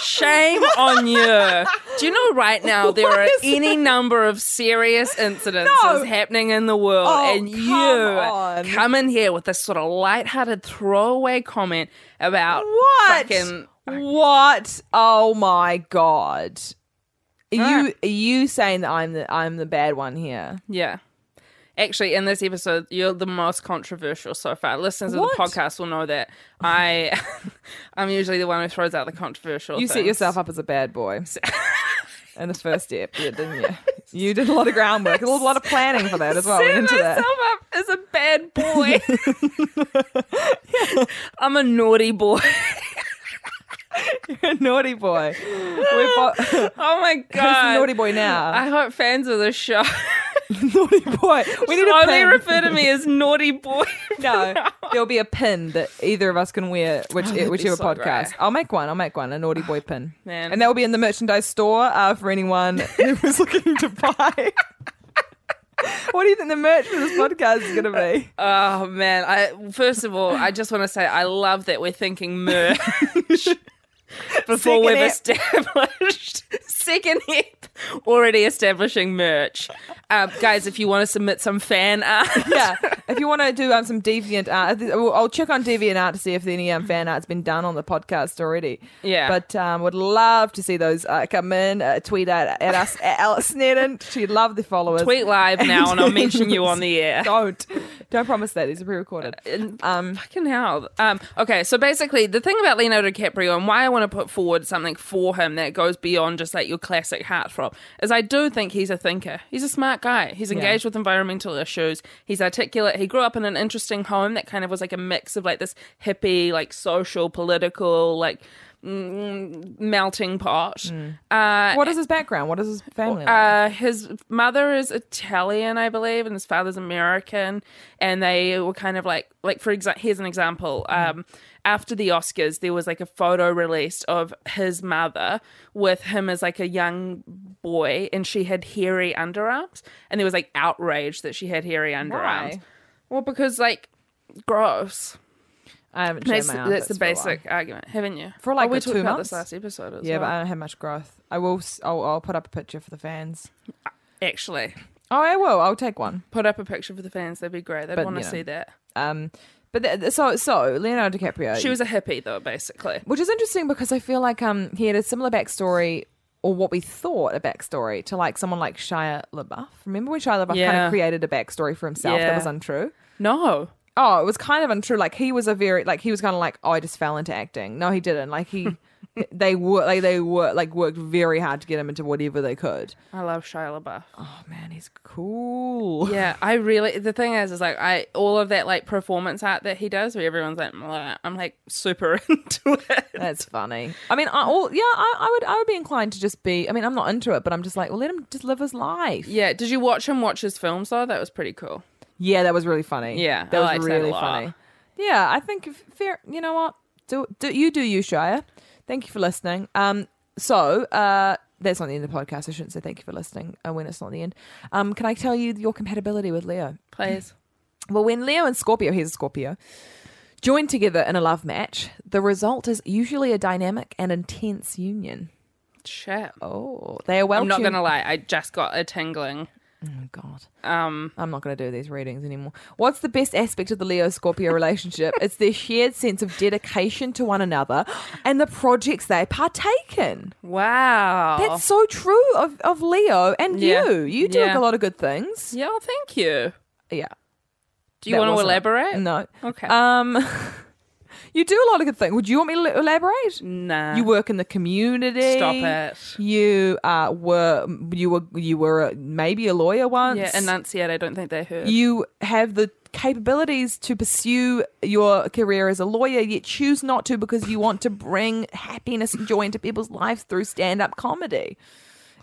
Speaker 4: Shame on you. Do you know right now there are any number of serious incidences
Speaker 3: No.
Speaker 4: happening in the world
Speaker 3: Oh,
Speaker 4: and
Speaker 3: come
Speaker 4: you
Speaker 3: on.
Speaker 4: come in here with this sort of lighthearted throwaway comment about
Speaker 3: What?
Speaker 4: fucking
Speaker 3: what? Oh my god! Are you are you saying that I'm the I'm the bad one here?
Speaker 4: Yeah. Actually, in this episode, you're the most controversial so far. Listeners
Speaker 3: What?
Speaker 4: of the podcast will know that I, I'm usually the one who throws out the controversial.
Speaker 3: You set
Speaker 4: things.
Speaker 3: yourself up as a bad boy in the first step, yeah, didn't you? You did a lot of groundwork, a lot of planning for that as well. Went
Speaker 4: Set
Speaker 3: into
Speaker 4: myself
Speaker 3: that.
Speaker 4: up as a bad boy. I'm a naughty boy.
Speaker 3: naughty boy. We're bo- Who's
Speaker 4: Oh my
Speaker 3: the
Speaker 4: god,
Speaker 3: naughty boy now?
Speaker 4: I hope fans of the show
Speaker 3: naughty boy. We need a
Speaker 4: only
Speaker 3: pin.
Speaker 4: refer to me as naughty boy.
Speaker 3: No, there'll be a pin that either of us can wear, which whichever
Speaker 4: Oh, so
Speaker 3: podcast.
Speaker 4: great.
Speaker 3: I'll make one. I'll make one. A naughty boy pin,
Speaker 4: Man.
Speaker 3: and that will be in the merchandise store uh, for anyone who was looking to buy. what do you think the merch for this podcast is going to be?
Speaker 4: Oh man! I first of all, I just want to say I love that we're thinking merch before
Speaker 3: Second
Speaker 4: we've
Speaker 3: ep.
Speaker 4: established second hip already establishing merch. Um, guys, if you want to submit some fan art,
Speaker 3: yeah. If you want to do um, some deviant art, I'll I'll check on deviant art to see if any um, fan art's been done on the podcast already.
Speaker 4: Yeah.
Speaker 3: But um, would love to see those uh, come in. Uh, tweet at, at us at Alice Sneddon. She'd love the followers.
Speaker 4: tweet live now, and I'll mention you on the air. Uh,
Speaker 3: Don't don't promise that. These are pre-recorded. Um,
Speaker 4: Fucking hell. Um, okay, so basically, the thing about Leonardo DiCaprio and why I want to put forward something for him that goes beyond just like your classic heartthrob is I do think he's a thinker. He's a smart guy. He's engaged with environmental issues. He's articulate. He grew up in an interesting home that kind of was like a mix of like this hippie, like social, political, like mm, melting pot. Uh,
Speaker 3: what is his background? What is his family? like?
Speaker 4: uh, his mother is Italian, I believe, and his father's American. And they were kind of like, like for example, here's an example.
Speaker 3: Mm-hmm.
Speaker 4: Um, after the Oscars, there was like a photo released of his mother with him as like a young boy, and she had hairy underarms, and there was like outrage that she had hairy underarms.
Speaker 3: Why?
Speaker 4: Well, because like gross.
Speaker 3: I haven't shown
Speaker 4: That's,
Speaker 3: my
Speaker 4: that's the
Speaker 3: outfits for a while.
Speaker 4: basic argument, haven't you?
Speaker 3: For, like,
Speaker 4: oh, we
Speaker 3: the
Speaker 4: talked
Speaker 3: two
Speaker 4: about
Speaker 3: months?
Speaker 4: this last episode. As
Speaker 3: Yeah, but I
Speaker 4: well.
Speaker 3: don't have much growth. I will. s- I'll, I'll put up a picture for the fans.
Speaker 4: actually,
Speaker 3: Oh, I will. I'll take one.
Speaker 4: put up a picture for the fans. That'd be great. They'd
Speaker 3: But,
Speaker 4: want to
Speaker 3: you know.
Speaker 4: see that.
Speaker 3: Um, but th- th- so so Leonardo DiCaprio.
Speaker 4: She was a hippie, though, basically.
Speaker 3: which is interesting because I feel like um he had a similar backstory or what we thought a backstory to like someone like Shia LaBeouf. Remember when Shia LaBeoff kind
Speaker 4: Yeah.
Speaker 3: of created a backstory for himself that
Speaker 4: Yeah.
Speaker 3: was untrue?
Speaker 4: No.
Speaker 3: Oh, it was kind of untrue. Like he was a very like he was kind of like oh I just fell into acting. No, he didn't. Like he. They were like they were like worked very hard to get him into whatever they could.
Speaker 4: I love Shia LaBeouf.
Speaker 3: Oh man, he's cool.
Speaker 4: Yeah, I really. The thing is, is like I all of that like performance art that he does, where everyone's like, "Mwah," I'm like super into it.
Speaker 3: That's funny. I mean, I all yeah, I, I would I would be inclined to just be. I mean, I'm not into it, but I'm just like, well, let him just live his life.
Speaker 4: Yeah. Did you watch him watch his films though? That was pretty cool.
Speaker 3: Yeah, that was really funny.
Speaker 4: Yeah,
Speaker 3: that
Speaker 4: I
Speaker 3: was
Speaker 4: liked that a
Speaker 3: really
Speaker 4: lot.
Speaker 3: funny. Yeah, I think if- fair. You know what? Do do you do you Shia? Thank you for listening. Um, so uh, that's not the end of the podcast. I shouldn't say thank you for listening uh, when it's not the end. Um, can I tell you your compatibility with Leo?
Speaker 4: Please.
Speaker 3: Well, when Leo and Scorpio, he's a Scorpio, join together in a love match, the result is usually a dynamic and intense union.
Speaker 4: Shit.
Speaker 3: Oh, they are well.
Speaker 4: I'm not
Speaker 3: tuned-
Speaker 4: gonna lie. I just got a tingling.
Speaker 3: Oh, God. Um, I'm not going to do these readings anymore. What's the best aspect of the Leo Scorpio relationship? it's their shared sense of dedication to one another and the projects they partake in.
Speaker 4: Wow.
Speaker 3: That's so true of, of Leo and
Speaker 4: Oh. Yeah.
Speaker 3: you. You do
Speaker 4: Yeah.
Speaker 3: a lot of good things.
Speaker 4: yeah. well, Thank you.
Speaker 3: Yeah.
Speaker 4: Do you
Speaker 3: That
Speaker 4: want to
Speaker 3: wasn't it.
Speaker 4: elaborate?
Speaker 3: No.
Speaker 4: Okay.
Speaker 3: Um, you do a lot of good things. Would you want me to l- elaborate?
Speaker 4: Nah.
Speaker 3: You work in the community.
Speaker 4: Stop it.
Speaker 3: You uh, were you were you were uh, maybe a lawyer once.
Speaker 4: Yeah. Enunciate. I don't think they heard.
Speaker 3: you have the capabilities to pursue your career as a lawyer yet choose not to because you want to bring happiness and joy into people's lives through stand-up comedy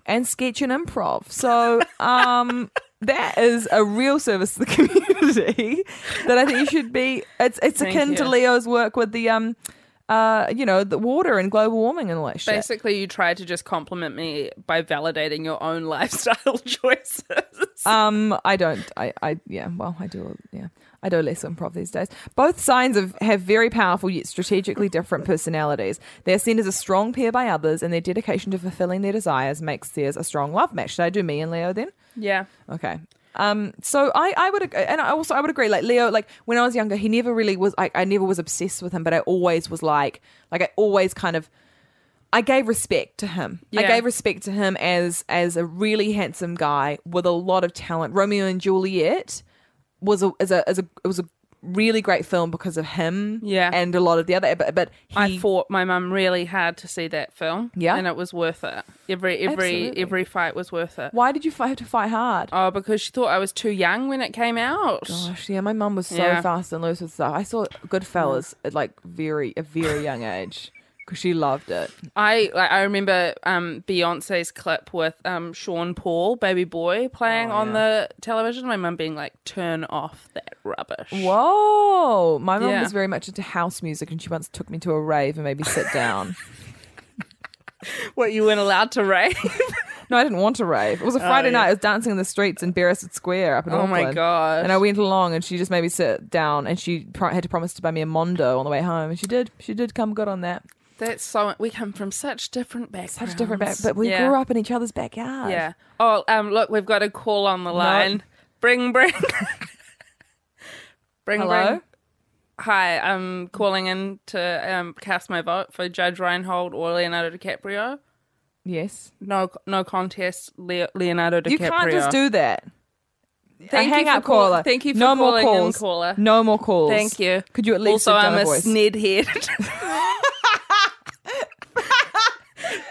Speaker 3: and sketch and improv so um that is a real service to the community that i think you should be it's it's
Speaker 4: Thank
Speaker 3: akin to
Speaker 4: you.
Speaker 3: leo's work with the um uh you know the water and global warming and all that shit
Speaker 4: Basically, you try to just compliment me by validating your own lifestyle choices.
Speaker 3: Um, I don't. I, I, yeah. Well, I do. Yeah, I do less improv these days. Both signs of have very powerful yet strategically different personalities. They are seen as a strong pair by others, and their dedication to fulfilling their desires makes theirs a strong love match. Should I do me and Leo then?
Speaker 4: yeah.
Speaker 3: Okay. Um, so I, I would, ag- and I also I would agree. Like Leo, like when I was younger, he never really was. I, I never was obsessed with him, but I always was like, like I always kind of, I gave respect to him. I
Speaker 4: Yeah.
Speaker 3: gave respect to him as as a really handsome guy with a lot of talent. Romeo and Juliet was a as a as a it was a really great film because of him.
Speaker 4: Yeah.
Speaker 3: and a lot of the other, but, but he,
Speaker 4: I fought my mum really hard to see that film.
Speaker 3: Yeah.
Speaker 4: And it was worth it. Every every
Speaker 3: Absolutely.
Speaker 4: every fight was worth it.
Speaker 3: why did you fi- have to fight hard?
Speaker 4: Oh, because she thought I was too young when it came out.
Speaker 3: Gosh, Oh, yeah, my mum was so
Speaker 4: Yeah.
Speaker 3: fast and loose with stuff. I saw Goodfellas at like very a very young age because she loved it.
Speaker 4: I like, I remember um, Beyonce's clip with um, Sean Paul, Baby Boy, playing on the television. My mum being like, "Turn off that rubbish."
Speaker 3: Whoa, my mum
Speaker 4: Yeah.
Speaker 3: was very much into house music, and she once took me to a rave and made me sit down.
Speaker 4: What you weren't allowed to rave?
Speaker 3: no, I didn't want to rave. It was a Friday night. I was dancing in the streets in Beresford Square up in
Speaker 4: Oh my
Speaker 3: Auckland,
Speaker 4: gosh.
Speaker 3: And I went along, and she just made me sit down, and she pro- had to promise to buy me a mondo on the way home, and she did. She did come good on that.
Speaker 4: That's so. We come from such different backgrounds.
Speaker 3: Such different back, but we
Speaker 4: Yeah.
Speaker 3: grew up in each other's backyard.
Speaker 4: Yeah. Oh, um, look, we've got a call on the line. Bring, bring. bring,
Speaker 3: Hello?
Speaker 4: bring. Hi, I'm calling in to um, cast my vote for Judge Reinhold or Leonardo DiCaprio.
Speaker 3: Yes.
Speaker 4: No, no contest, Le- Leonardo DiCaprio.
Speaker 3: You can't just do that.
Speaker 4: Thank
Speaker 3: a hang
Speaker 4: you for
Speaker 3: up caller.
Speaker 4: call- thank you for
Speaker 3: no
Speaker 4: calling in,
Speaker 3: more calls.
Speaker 4: caller.
Speaker 3: No more calls.
Speaker 4: Thank you.
Speaker 3: Could you at least
Speaker 4: also?
Speaker 3: have done
Speaker 4: I'm
Speaker 3: a
Speaker 4: a
Speaker 3: voice?
Speaker 4: snedhead.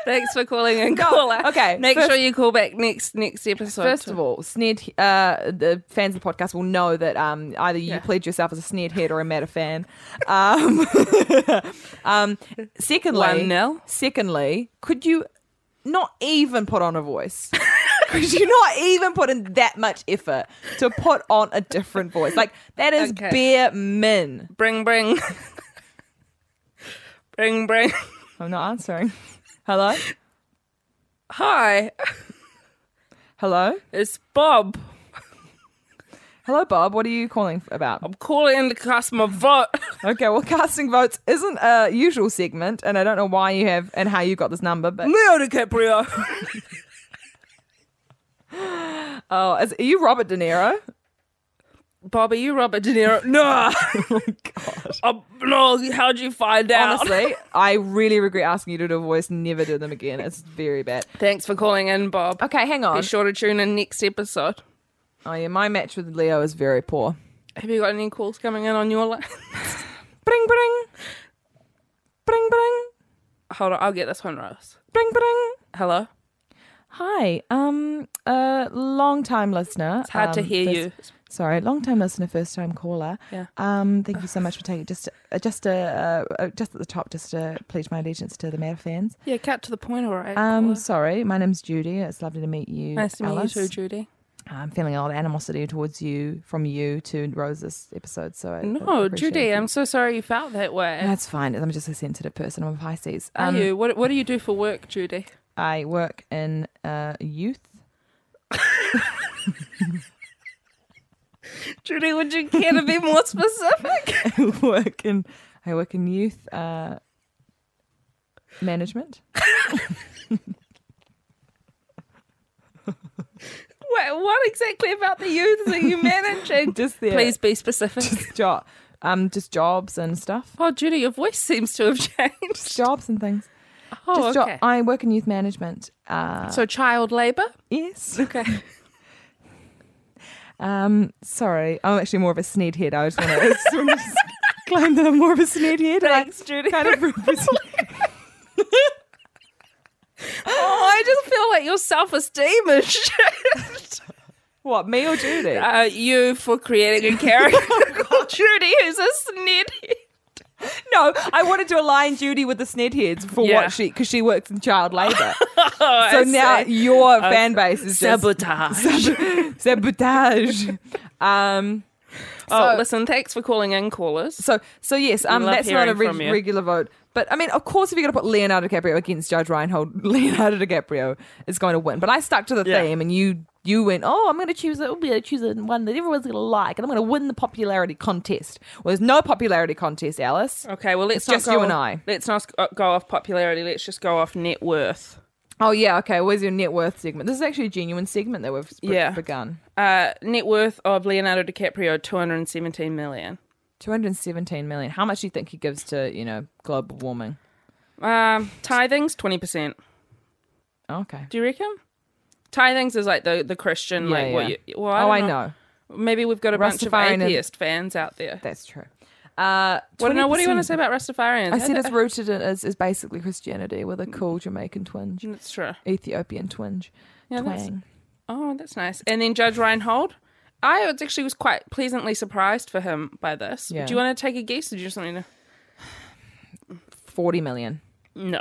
Speaker 4: Thanks for calling in, caller.
Speaker 3: okay,
Speaker 4: Make
Speaker 3: first-
Speaker 4: sure you call back next next episode.
Speaker 3: First of all, snared, uh, the fans of the podcast will know that um, either you pledge yourself as a snared head or a meta fan. Um, um, secondly,
Speaker 4: One nil.
Speaker 3: secondly, could you not even put on a voice? could you not even put in that much effort to put on a different voice? Like that is
Speaker 4: Okay.
Speaker 3: bare min.
Speaker 4: bring, bring, bring, bring.
Speaker 3: I'm not answering. Hello,
Speaker 4: Hi,
Speaker 3: hello,
Speaker 4: it's Bob.
Speaker 3: hello, Bob. What are you calling about?
Speaker 4: I'm calling in to cast my vote.
Speaker 3: Okay, well, casting votes isn't a usual segment, and I don't know why you have and how you got this number, but
Speaker 4: Leo DiCaprio.
Speaker 3: oh, is, are you Robert De Niro?
Speaker 4: Bob, are you Robert De Niro? No. oh, no, how'd you find out?
Speaker 3: Honestly, I really regret asking you to do a voice. Never do them again. It's very bad.
Speaker 4: Thanks for calling in, Bob.
Speaker 3: Okay, hang on.
Speaker 4: Be sure to tune in next episode.
Speaker 3: Oh yeah, my match with Leo is very poor.
Speaker 4: Have you got any calls coming in on your line?
Speaker 3: Bring bring, bring bring,
Speaker 4: Hold on, I'll get this one, Rose.
Speaker 3: bring bring.
Speaker 4: Hello?
Speaker 3: Hi, um, uh, long time listener. um, It's
Speaker 4: hard to hear you.
Speaker 3: Sorry, long time listener, first time caller.
Speaker 4: Yeah.
Speaker 3: Um, thank you so much for taking just uh, just uh, uh, just at the top, just to pledge my allegiance to the Meta fans.
Speaker 4: Yeah, cut to the point, all right.
Speaker 3: Um,
Speaker 4: caller.
Speaker 3: sorry, my name's Judy. It's lovely to meet you.
Speaker 4: nice to meet
Speaker 3: Alice.
Speaker 4: you too, Judy.
Speaker 3: I'm feeling a lot of animosity towards you from you to Rose this episode. So I, I
Speaker 4: No,
Speaker 3: appreciate
Speaker 4: Judy,
Speaker 3: it.
Speaker 4: I'm so sorry you felt that way.
Speaker 3: That's fine. I'm just a sensitive person. I'm a Pisces.
Speaker 4: Are you? What, what do you do for work, Judy?
Speaker 3: I work in uh, youth.
Speaker 4: Judy, would you care to be more specific?
Speaker 3: I work in I work in youth uh, management.
Speaker 4: Wait, what exactly about the youths are you managing?
Speaker 3: Just the
Speaker 4: Please be specific.
Speaker 3: job, um, just jobs and stuff.
Speaker 4: oh, Judy, your voice seems to have changed.
Speaker 3: Jobs and things.
Speaker 4: Oh,
Speaker 3: just jo-
Speaker 4: okay.
Speaker 3: I work in youth management. Uh,
Speaker 4: so child labour.
Speaker 3: yes.
Speaker 4: Okay.
Speaker 3: Um, sorry, I'm actually more of a sneed head. I just want to, just wanna just claim that I'm more of a sneed head.
Speaker 4: Thanks,
Speaker 3: I
Speaker 4: Judy.
Speaker 3: Kind of represent-
Speaker 4: Oh, I just feel like your self-esteem is shit.
Speaker 3: what me or Judy?
Speaker 4: Uh, you for creating a character called Judy who's a snitty.
Speaker 3: no, I wanted to align Judy with the sneed heads for
Speaker 4: Yeah.
Speaker 3: what she because she works in child labour.
Speaker 4: Oh,
Speaker 3: so
Speaker 4: I
Speaker 3: now
Speaker 4: see. Uh,
Speaker 3: your fan base is just
Speaker 4: sabotage.
Speaker 3: sab- sabotage. Um,
Speaker 4: oh,
Speaker 3: So-
Speaker 4: listen, thanks for calling in, callers.
Speaker 3: so so yes, um,
Speaker 4: love
Speaker 3: that's not a
Speaker 4: hearing
Speaker 3: reg-
Speaker 4: from you.
Speaker 3: regular vote. But I mean, of course, if you're going to put Leonardo DiCaprio against Judge Reinhold, Leonardo DiCaprio is going to win. But I stuck to the
Speaker 4: Yeah.
Speaker 3: theme, and you you went, oh, I'm going to choose a, I'm going to choose a one that everyone's going to like, and I'm going to win the popularity contest. Well, there's no popularity contest, Alice.
Speaker 4: Okay, well, let's
Speaker 3: It's
Speaker 4: not
Speaker 3: just
Speaker 4: go
Speaker 3: you and
Speaker 4: off-
Speaker 3: I.
Speaker 4: Let's not sc- go off popularity. Let's just go off net worth.
Speaker 3: Oh yeah, okay. Where's your net worth segment? This is actually a genuine segment that we've sp-
Speaker 4: Yeah.
Speaker 3: begun.
Speaker 4: Uh, net worth of Leonardo DiCaprio, 217 million.
Speaker 3: 217 million. How much do you think he gives to you know global warming?
Speaker 4: Um, tithings, 20%.
Speaker 3: Oh, Okay.
Speaker 4: Do you reckon? Tithings is like the, the Christian,
Speaker 3: Yeah,
Speaker 4: like what
Speaker 3: yeah.
Speaker 4: you. Well,
Speaker 3: oh,
Speaker 4: I,
Speaker 3: I
Speaker 4: don't
Speaker 3: know.
Speaker 4: Maybe we've got a bunch of
Speaker 3: Rastafarian and-
Speaker 4: atheist fans out there.
Speaker 3: That's true. Uh,
Speaker 4: Well, no, what do you want to
Speaker 3: 20%?
Speaker 4: say about Rastafarians?
Speaker 3: I said it's rooted in is, is basically Christianity with a cool Jamaican twinge,
Speaker 4: That's true.
Speaker 3: Ethiopian twinge,
Speaker 4: Yeah, that's-
Speaker 3: twang.
Speaker 4: Oh, that's nice. And then Judge Reinhold. I was actually was quite pleasantly surprised for him by this.
Speaker 3: Yeah.
Speaker 4: Do you want to take a guess? Or do you just want me to?
Speaker 3: Forty million.
Speaker 4: No.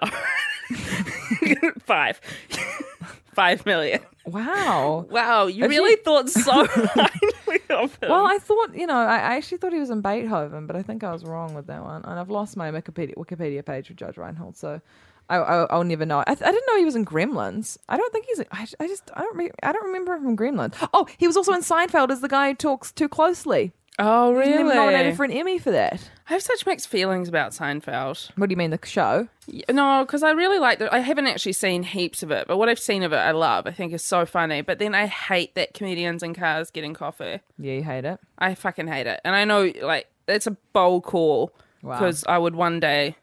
Speaker 4: Five. Five million.
Speaker 3: Wow.
Speaker 4: Wow, you
Speaker 3: Actually-
Speaker 4: really thought so highly of him.
Speaker 3: Well, I thought you know, I, I actually thought he was in Beethoven, but I think I was wrong with that one, and I've lost my Wikipedia, Wikipedia page with Judge Reinhold, so I, I, I'll never know. I, th- I didn't know he was in Gremlins. I don't think he's. I, I just I don't re- I don't remember him from Gremlins. Oh, he was also in Seinfeld as the guy who talks too closely.
Speaker 4: Oh,
Speaker 3: He was
Speaker 4: really?
Speaker 3: nominated for an Emmy for that.
Speaker 4: I have such mixed feelings about Seinfeld.
Speaker 3: What do you mean the show?
Speaker 4: Y- No, because I really like the I haven't actually seen heaps of it, but what I've seen of it, I love. I think is so funny. But then I hate that comedians in cars getting coffee.
Speaker 3: Yeah, you hate it.
Speaker 4: I fucking hate it. And I know, like, it's a bold call
Speaker 3: Wow.
Speaker 4: because I would one day.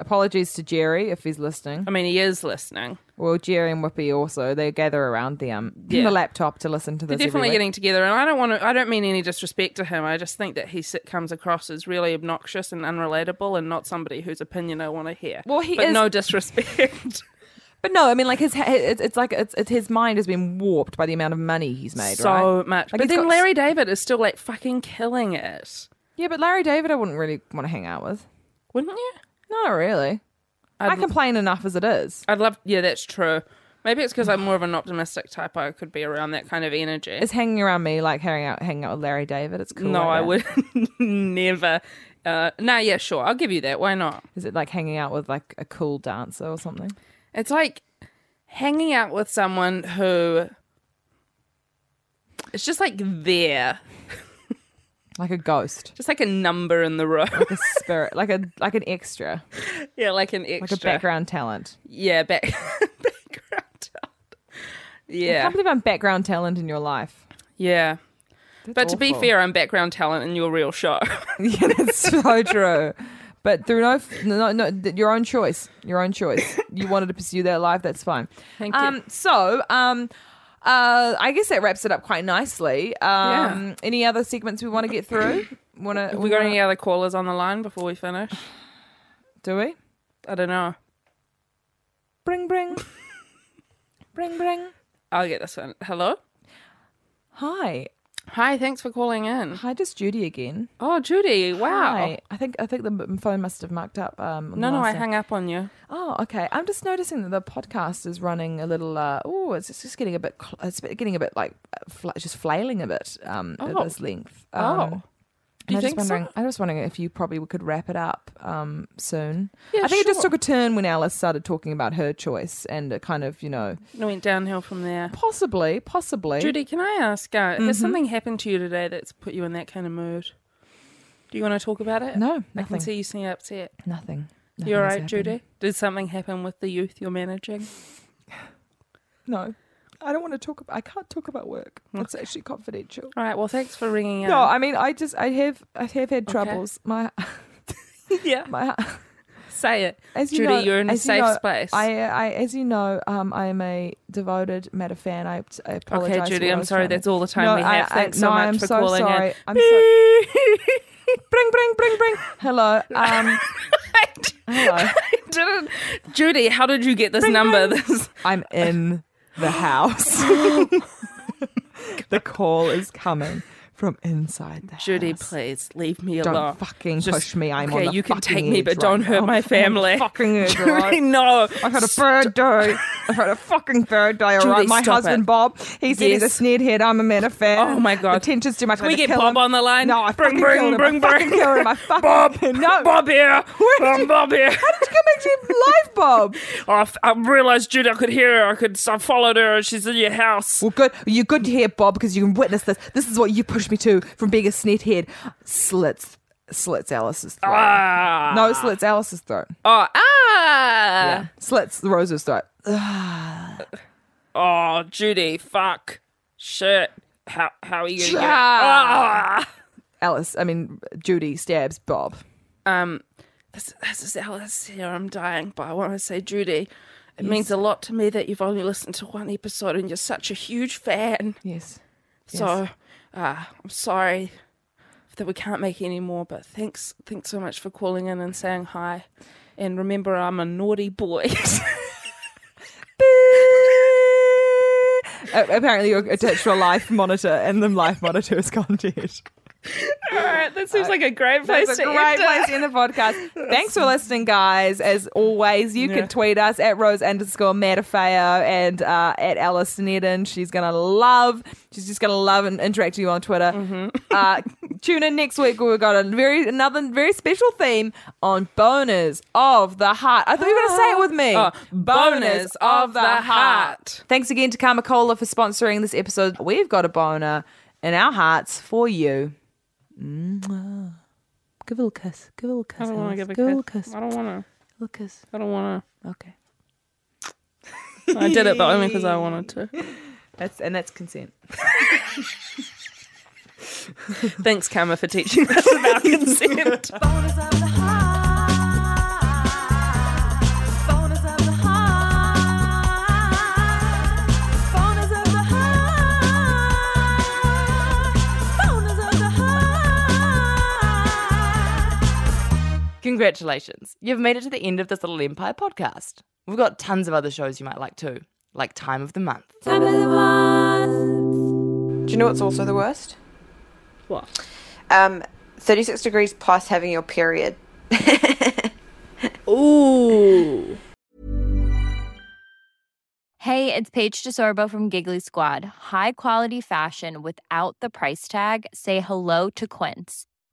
Speaker 3: Apologies to Jerry if he's listening.
Speaker 4: I mean, he is listening.
Speaker 3: Well, Jerry and Whoopi also they gather around the um
Speaker 4: Yeah.
Speaker 3: the laptop to listen to
Speaker 4: They're
Speaker 3: this. every
Speaker 4: definitely
Speaker 3: week.
Speaker 4: getting together, and I don't want to. I don't mean any disrespect to him. I just think that he s- comes across as really obnoxious and unrelatable, and not somebody whose opinion I want to hear.
Speaker 3: Well, he
Speaker 4: but
Speaker 3: is-
Speaker 4: no disrespect.
Speaker 3: But no, I mean like his he- it's, it's like it's, it's his mind has been warped by the amount of money he's made.
Speaker 4: so
Speaker 3: right?
Speaker 4: much.
Speaker 3: Like,
Speaker 4: but
Speaker 3: he's
Speaker 4: then
Speaker 3: got-
Speaker 4: Larry David is still like fucking killing it,
Speaker 3: Yeah, but Larry David, I wouldn't really want to hang out with.
Speaker 4: wouldn't you?
Speaker 3: Not really. i
Speaker 4: I'd-
Speaker 3: complain enough as it is.
Speaker 4: I'd love. Yeah, that's true. Maybe it's because I'm more of an optimistic type. I could be around that kind of energy.
Speaker 3: Is hanging around me like hanging out hanging out with Larry David? It's cool.
Speaker 4: no,
Speaker 3: like
Speaker 4: I
Speaker 3: that.
Speaker 4: would never. Uh, nah, yeah, sure. I'll give you that. Why not?
Speaker 3: Is it like hanging out with like a cool dancer or something?
Speaker 4: It's like hanging out with someone who it's just like there,
Speaker 3: Like a ghost,
Speaker 4: just like a number in the room.
Speaker 3: a spirit, like a like an extra,
Speaker 4: yeah, like an
Speaker 3: like
Speaker 4: extra.
Speaker 3: a background talent.
Speaker 4: Yeah, back background.
Speaker 3: I
Speaker 4: Yeah,
Speaker 3: can't believe I'm background talent in your life.
Speaker 4: yeah. But to be
Speaker 3: awful.
Speaker 4: fair, I'm background talent in your real show.
Speaker 3: Yeah, that's so true. But through no, no, no, th- your own choice, your own choice. You wanted to pursue that life, that's fine.
Speaker 4: Thank you.
Speaker 3: um, So, um, uh, I guess that wraps it up quite nicely. Um,
Speaker 4: Yeah.
Speaker 3: Any other segments we want to get through? Want to?
Speaker 4: Have we got any other callers on the line before we finish?
Speaker 3: Do we?
Speaker 4: I don't know.
Speaker 3: Bring, bring, bring, bring.
Speaker 4: I'll get this one. Hello.
Speaker 3: Hi,
Speaker 4: Hi. Thanks for calling in.
Speaker 3: hi, just Judy again.
Speaker 4: Oh, Judy. Wow.
Speaker 3: Hi. I think I think the m- phone must have mucked up. Um, on
Speaker 4: No,
Speaker 3: the
Speaker 4: no,
Speaker 3: last
Speaker 4: I
Speaker 3: one.
Speaker 4: hung up on you.
Speaker 3: Oh, okay. I'm just noticing that the podcast is running a little. Uh, oh, it's just- just getting a bit. cl- It's bit- getting a bit like uh, fla- just flailing a bit um,
Speaker 4: Oh.
Speaker 3: at this length.
Speaker 4: Oh.
Speaker 3: Um,
Speaker 4: Do you
Speaker 3: I'm
Speaker 4: think
Speaker 3: just wondering.
Speaker 4: so?
Speaker 3: I'm just wondering if you probably could wrap it up um, soon.
Speaker 4: Yeah,
Speaker 3: I think it just
Speaker 4: sure.
Speaker 3: took a turn when Alice started talking about her choice and it kind of, you know,
Speaker 4: It went downhill from there.
Speaker 3: possibly, possibly.
Speaker 4: Judy, can I ask, uh,
Speaker 3: Mm-hmm.
Speaker 4: has something happened to you today that's put you in that kind of mood? Do you want to talk about it?
Speaker 3: No,
Speaker 4: I
Speaker 3: nothing.
Speaker 4: can see you seem upset.
Speaker 3: nothing. nothing
Speaker 4: You all
Speaker 3: has
Speaker 4: right,
Speaker 3: happened.
Speaker 4: Judy? Did something happen with the youth you're managing?
Speaker 3: No, I don't want to talk. About, I can't talk about work. It's actually confidential.
Speaker 4: All right, well, thanks for ringing
Speaker 3: No,
Speaker 4: out.
Speaker 3: I mean, I just, I have, I have had troubles. My,
Speaker 4: yeah,
Speaker 3: my.
Speaker 4: say it.
Speaker 3: As you
Speaker 4: Judy,
Speaker 3: know-
Speaker 4: you're in a
Speaker 3: as you
Speaker 4: safe
Speaker 3: know,
Speaker 4: space.
Speaker 3: I, I, as you know, um, I am a devoted meta fan. I, I apologize.
Speaker 4: okay,
Speaker 3: for
Speaker 4: Judy,
Speaker 3: what I
Speaker 4: I'm
Speaker 3: was
Speaker 4: sorry.
Speaker 3: trying to-
Speaker 4: That's all the time
Speaker 3: No,
Speaker 4: we
Speaker 3: I-
Speaker 4: have.
Speaker 3: I-
Speaker 4: thanks so
Speaker 3: no,
Speaker 4: much
Speaker 3: I'm
Speaker 4: for
Speaker 3: so
Speaker 4: calling
Speaker 3: sorry.
Speaker 4: in.
Speaker 3: I'm so- bring, bring, bring, bring. Hello. Um, hello.
Speaker 4: Didn't- Judy, how did you get this number? This
Speaker 3: I'm in the house. the call is coming from inside the
Speaker 4: Judy,
Speaker 3: house.
Speaker 4: please leave me
Speaker 3: Don't
Speaker 4: alone.
Speaker 3: fucking
Speaker 4: Just-
Speaker 3: push me. I'm
Speaker 4: okay,
Speaker 3: on the
Speaker 4: you can
Speaker 3: fucking
Speaker 4: take me,
Speaker 3: edge
Speaker 4: but
Speaker 3: right
Speaker 4: don't hurt
Speaker 3: now.
Speaker 4: my family.
Speaker 3: fucking edge, all right?
Speaker 4: Judy, no.
Speaker 3: I've had a bad day. I've had a fucking bad day. All
Speaker 4: Julie,
Speaker 3: right, my
Speaker 4: stop
Speaker 3: husband
Speaker 4: it.
Speaker 3: Bob, he's yes.
Speaker 4: Yes.
Speaker 3: a sneered head. I'm a man of fan.
Speaker 4: Oh, my God.
Speaker 3: the tension's too much.
Speaker 4: Can
Speaker 3: I
Speaker 4: we
Speaker 3: had to
Speaker 4: get
Speaker 3: kill
Speaker 4: Bob
Speaker 3: him.
Speaker 4: on the line?
Speaker 3: No, I
Speaker 4: Bring,
Speaker 3: fucking
Speaker 4: bring,
Speaker 3: killed him. I
Speaker 4: bring,
Speaker 3: fucking
Speaker 4: bring.
Speaker 3: killed him. I fucking
Speaker 4: Bob,
Speaker 3: no.
Speaker 4: Bob here.
Speaker 3: did
Speaker 4: I'm
Speaker 3: you-
Speaker 4: Bob
Speaker 3: How
Speaker 4: here.
Speaker 3: did you come into live, Bob?
Speaker 4: Oh, I, f- I realized Judy, I could hear her. I could. I followed her. She's in your house.
Speaker 3: Well, good. You're good to hear, Bob, because you can witness this. This is what you pushed me to from being a sneered head. Slits, slits Alice's throat.
Speaker 4: Ah.
Speaker 3: No, slits Alice's throat.
Speaker 4: Oh, ah.
Speaker 3: Slits Rose's throat.
Speaker 4: Oh, Judy, fuck, shit. How how are you gonna get?
Speaker 3: Ah. Alice, I mean Judy stabs Bob.
Speaker 4: um, this, this is Alice here. I'm dying, but I want to say, Judy, it means a lot to me that you've only listened to one episode and you're such a huge fan.
Speaker 3: Yes.
Speaker 4: So, uh, I'm sorry that we can't make any more, but thanks, thanks so much for calling in and saying hi. And remember, I'm a naughty boy.
Speaker 3: Uh, apparently, you're attached to a life monitor, and the life monitor is gone dead.
Speaker 4: All right, that seems like a great place
Speaker 3: That's Uh, a
Speaker 4: to
Speaker 3: great
Speaker 4: end it.
Speaker 3: place to end the podcast. Thanks for listening, guys. As always, you
Speaker 4: Yeah.
Speaker 3: can tweet us at rose underscore matafeo and uh, at Alice Sneddon. She's gonna love. She's just gonna love and interact with you on Twitter.
Speaker 4: Mm-hmm.
Speaker 3: Uh, tune in next week. We've got a very another very special theme on boners of the heart. I thought you were gonna say it with me.
Speaker 4: Oh, boners of the heart.
Speaker 3: Thanks again to Karma Cola for sponsoring this episode. We've got a boner in our hearts for you. Mwah. Give a little kiss. Give a little kiss.
Speaker 4: I don't want to
Speaker 3: Alice.
Speaker 4: give a
Speaker 3: give a little
Speaker 4: kiss.
Speaker 3: kiss.
Speaker 4: I don't want
Speaker 3: Little kiss.
Speaker 4: to. I don't want
Speaker 3: Okay.
Speaker 4: to. I did it, but only because I wanted to.
Speaker 3: That's and that's consent.
Speaker 4: Thanks, Karma, for teaching us about consent.
Speaker 2: Congratulations. You've made it to the end of this little empire podcast. We've got tons of other shows you might like too, like Time of the Month.
Speaker 6: Do you know what's also the worst?
Speaker 4: What?
Speaker 6: Um, 36 degrees plus having your period.
Speaker 4: Ooh.
Speaker 7: Hey, it's Paige DeSorbo from Giggly Squad. High quality fashion without the price tag. Say hello to Quince.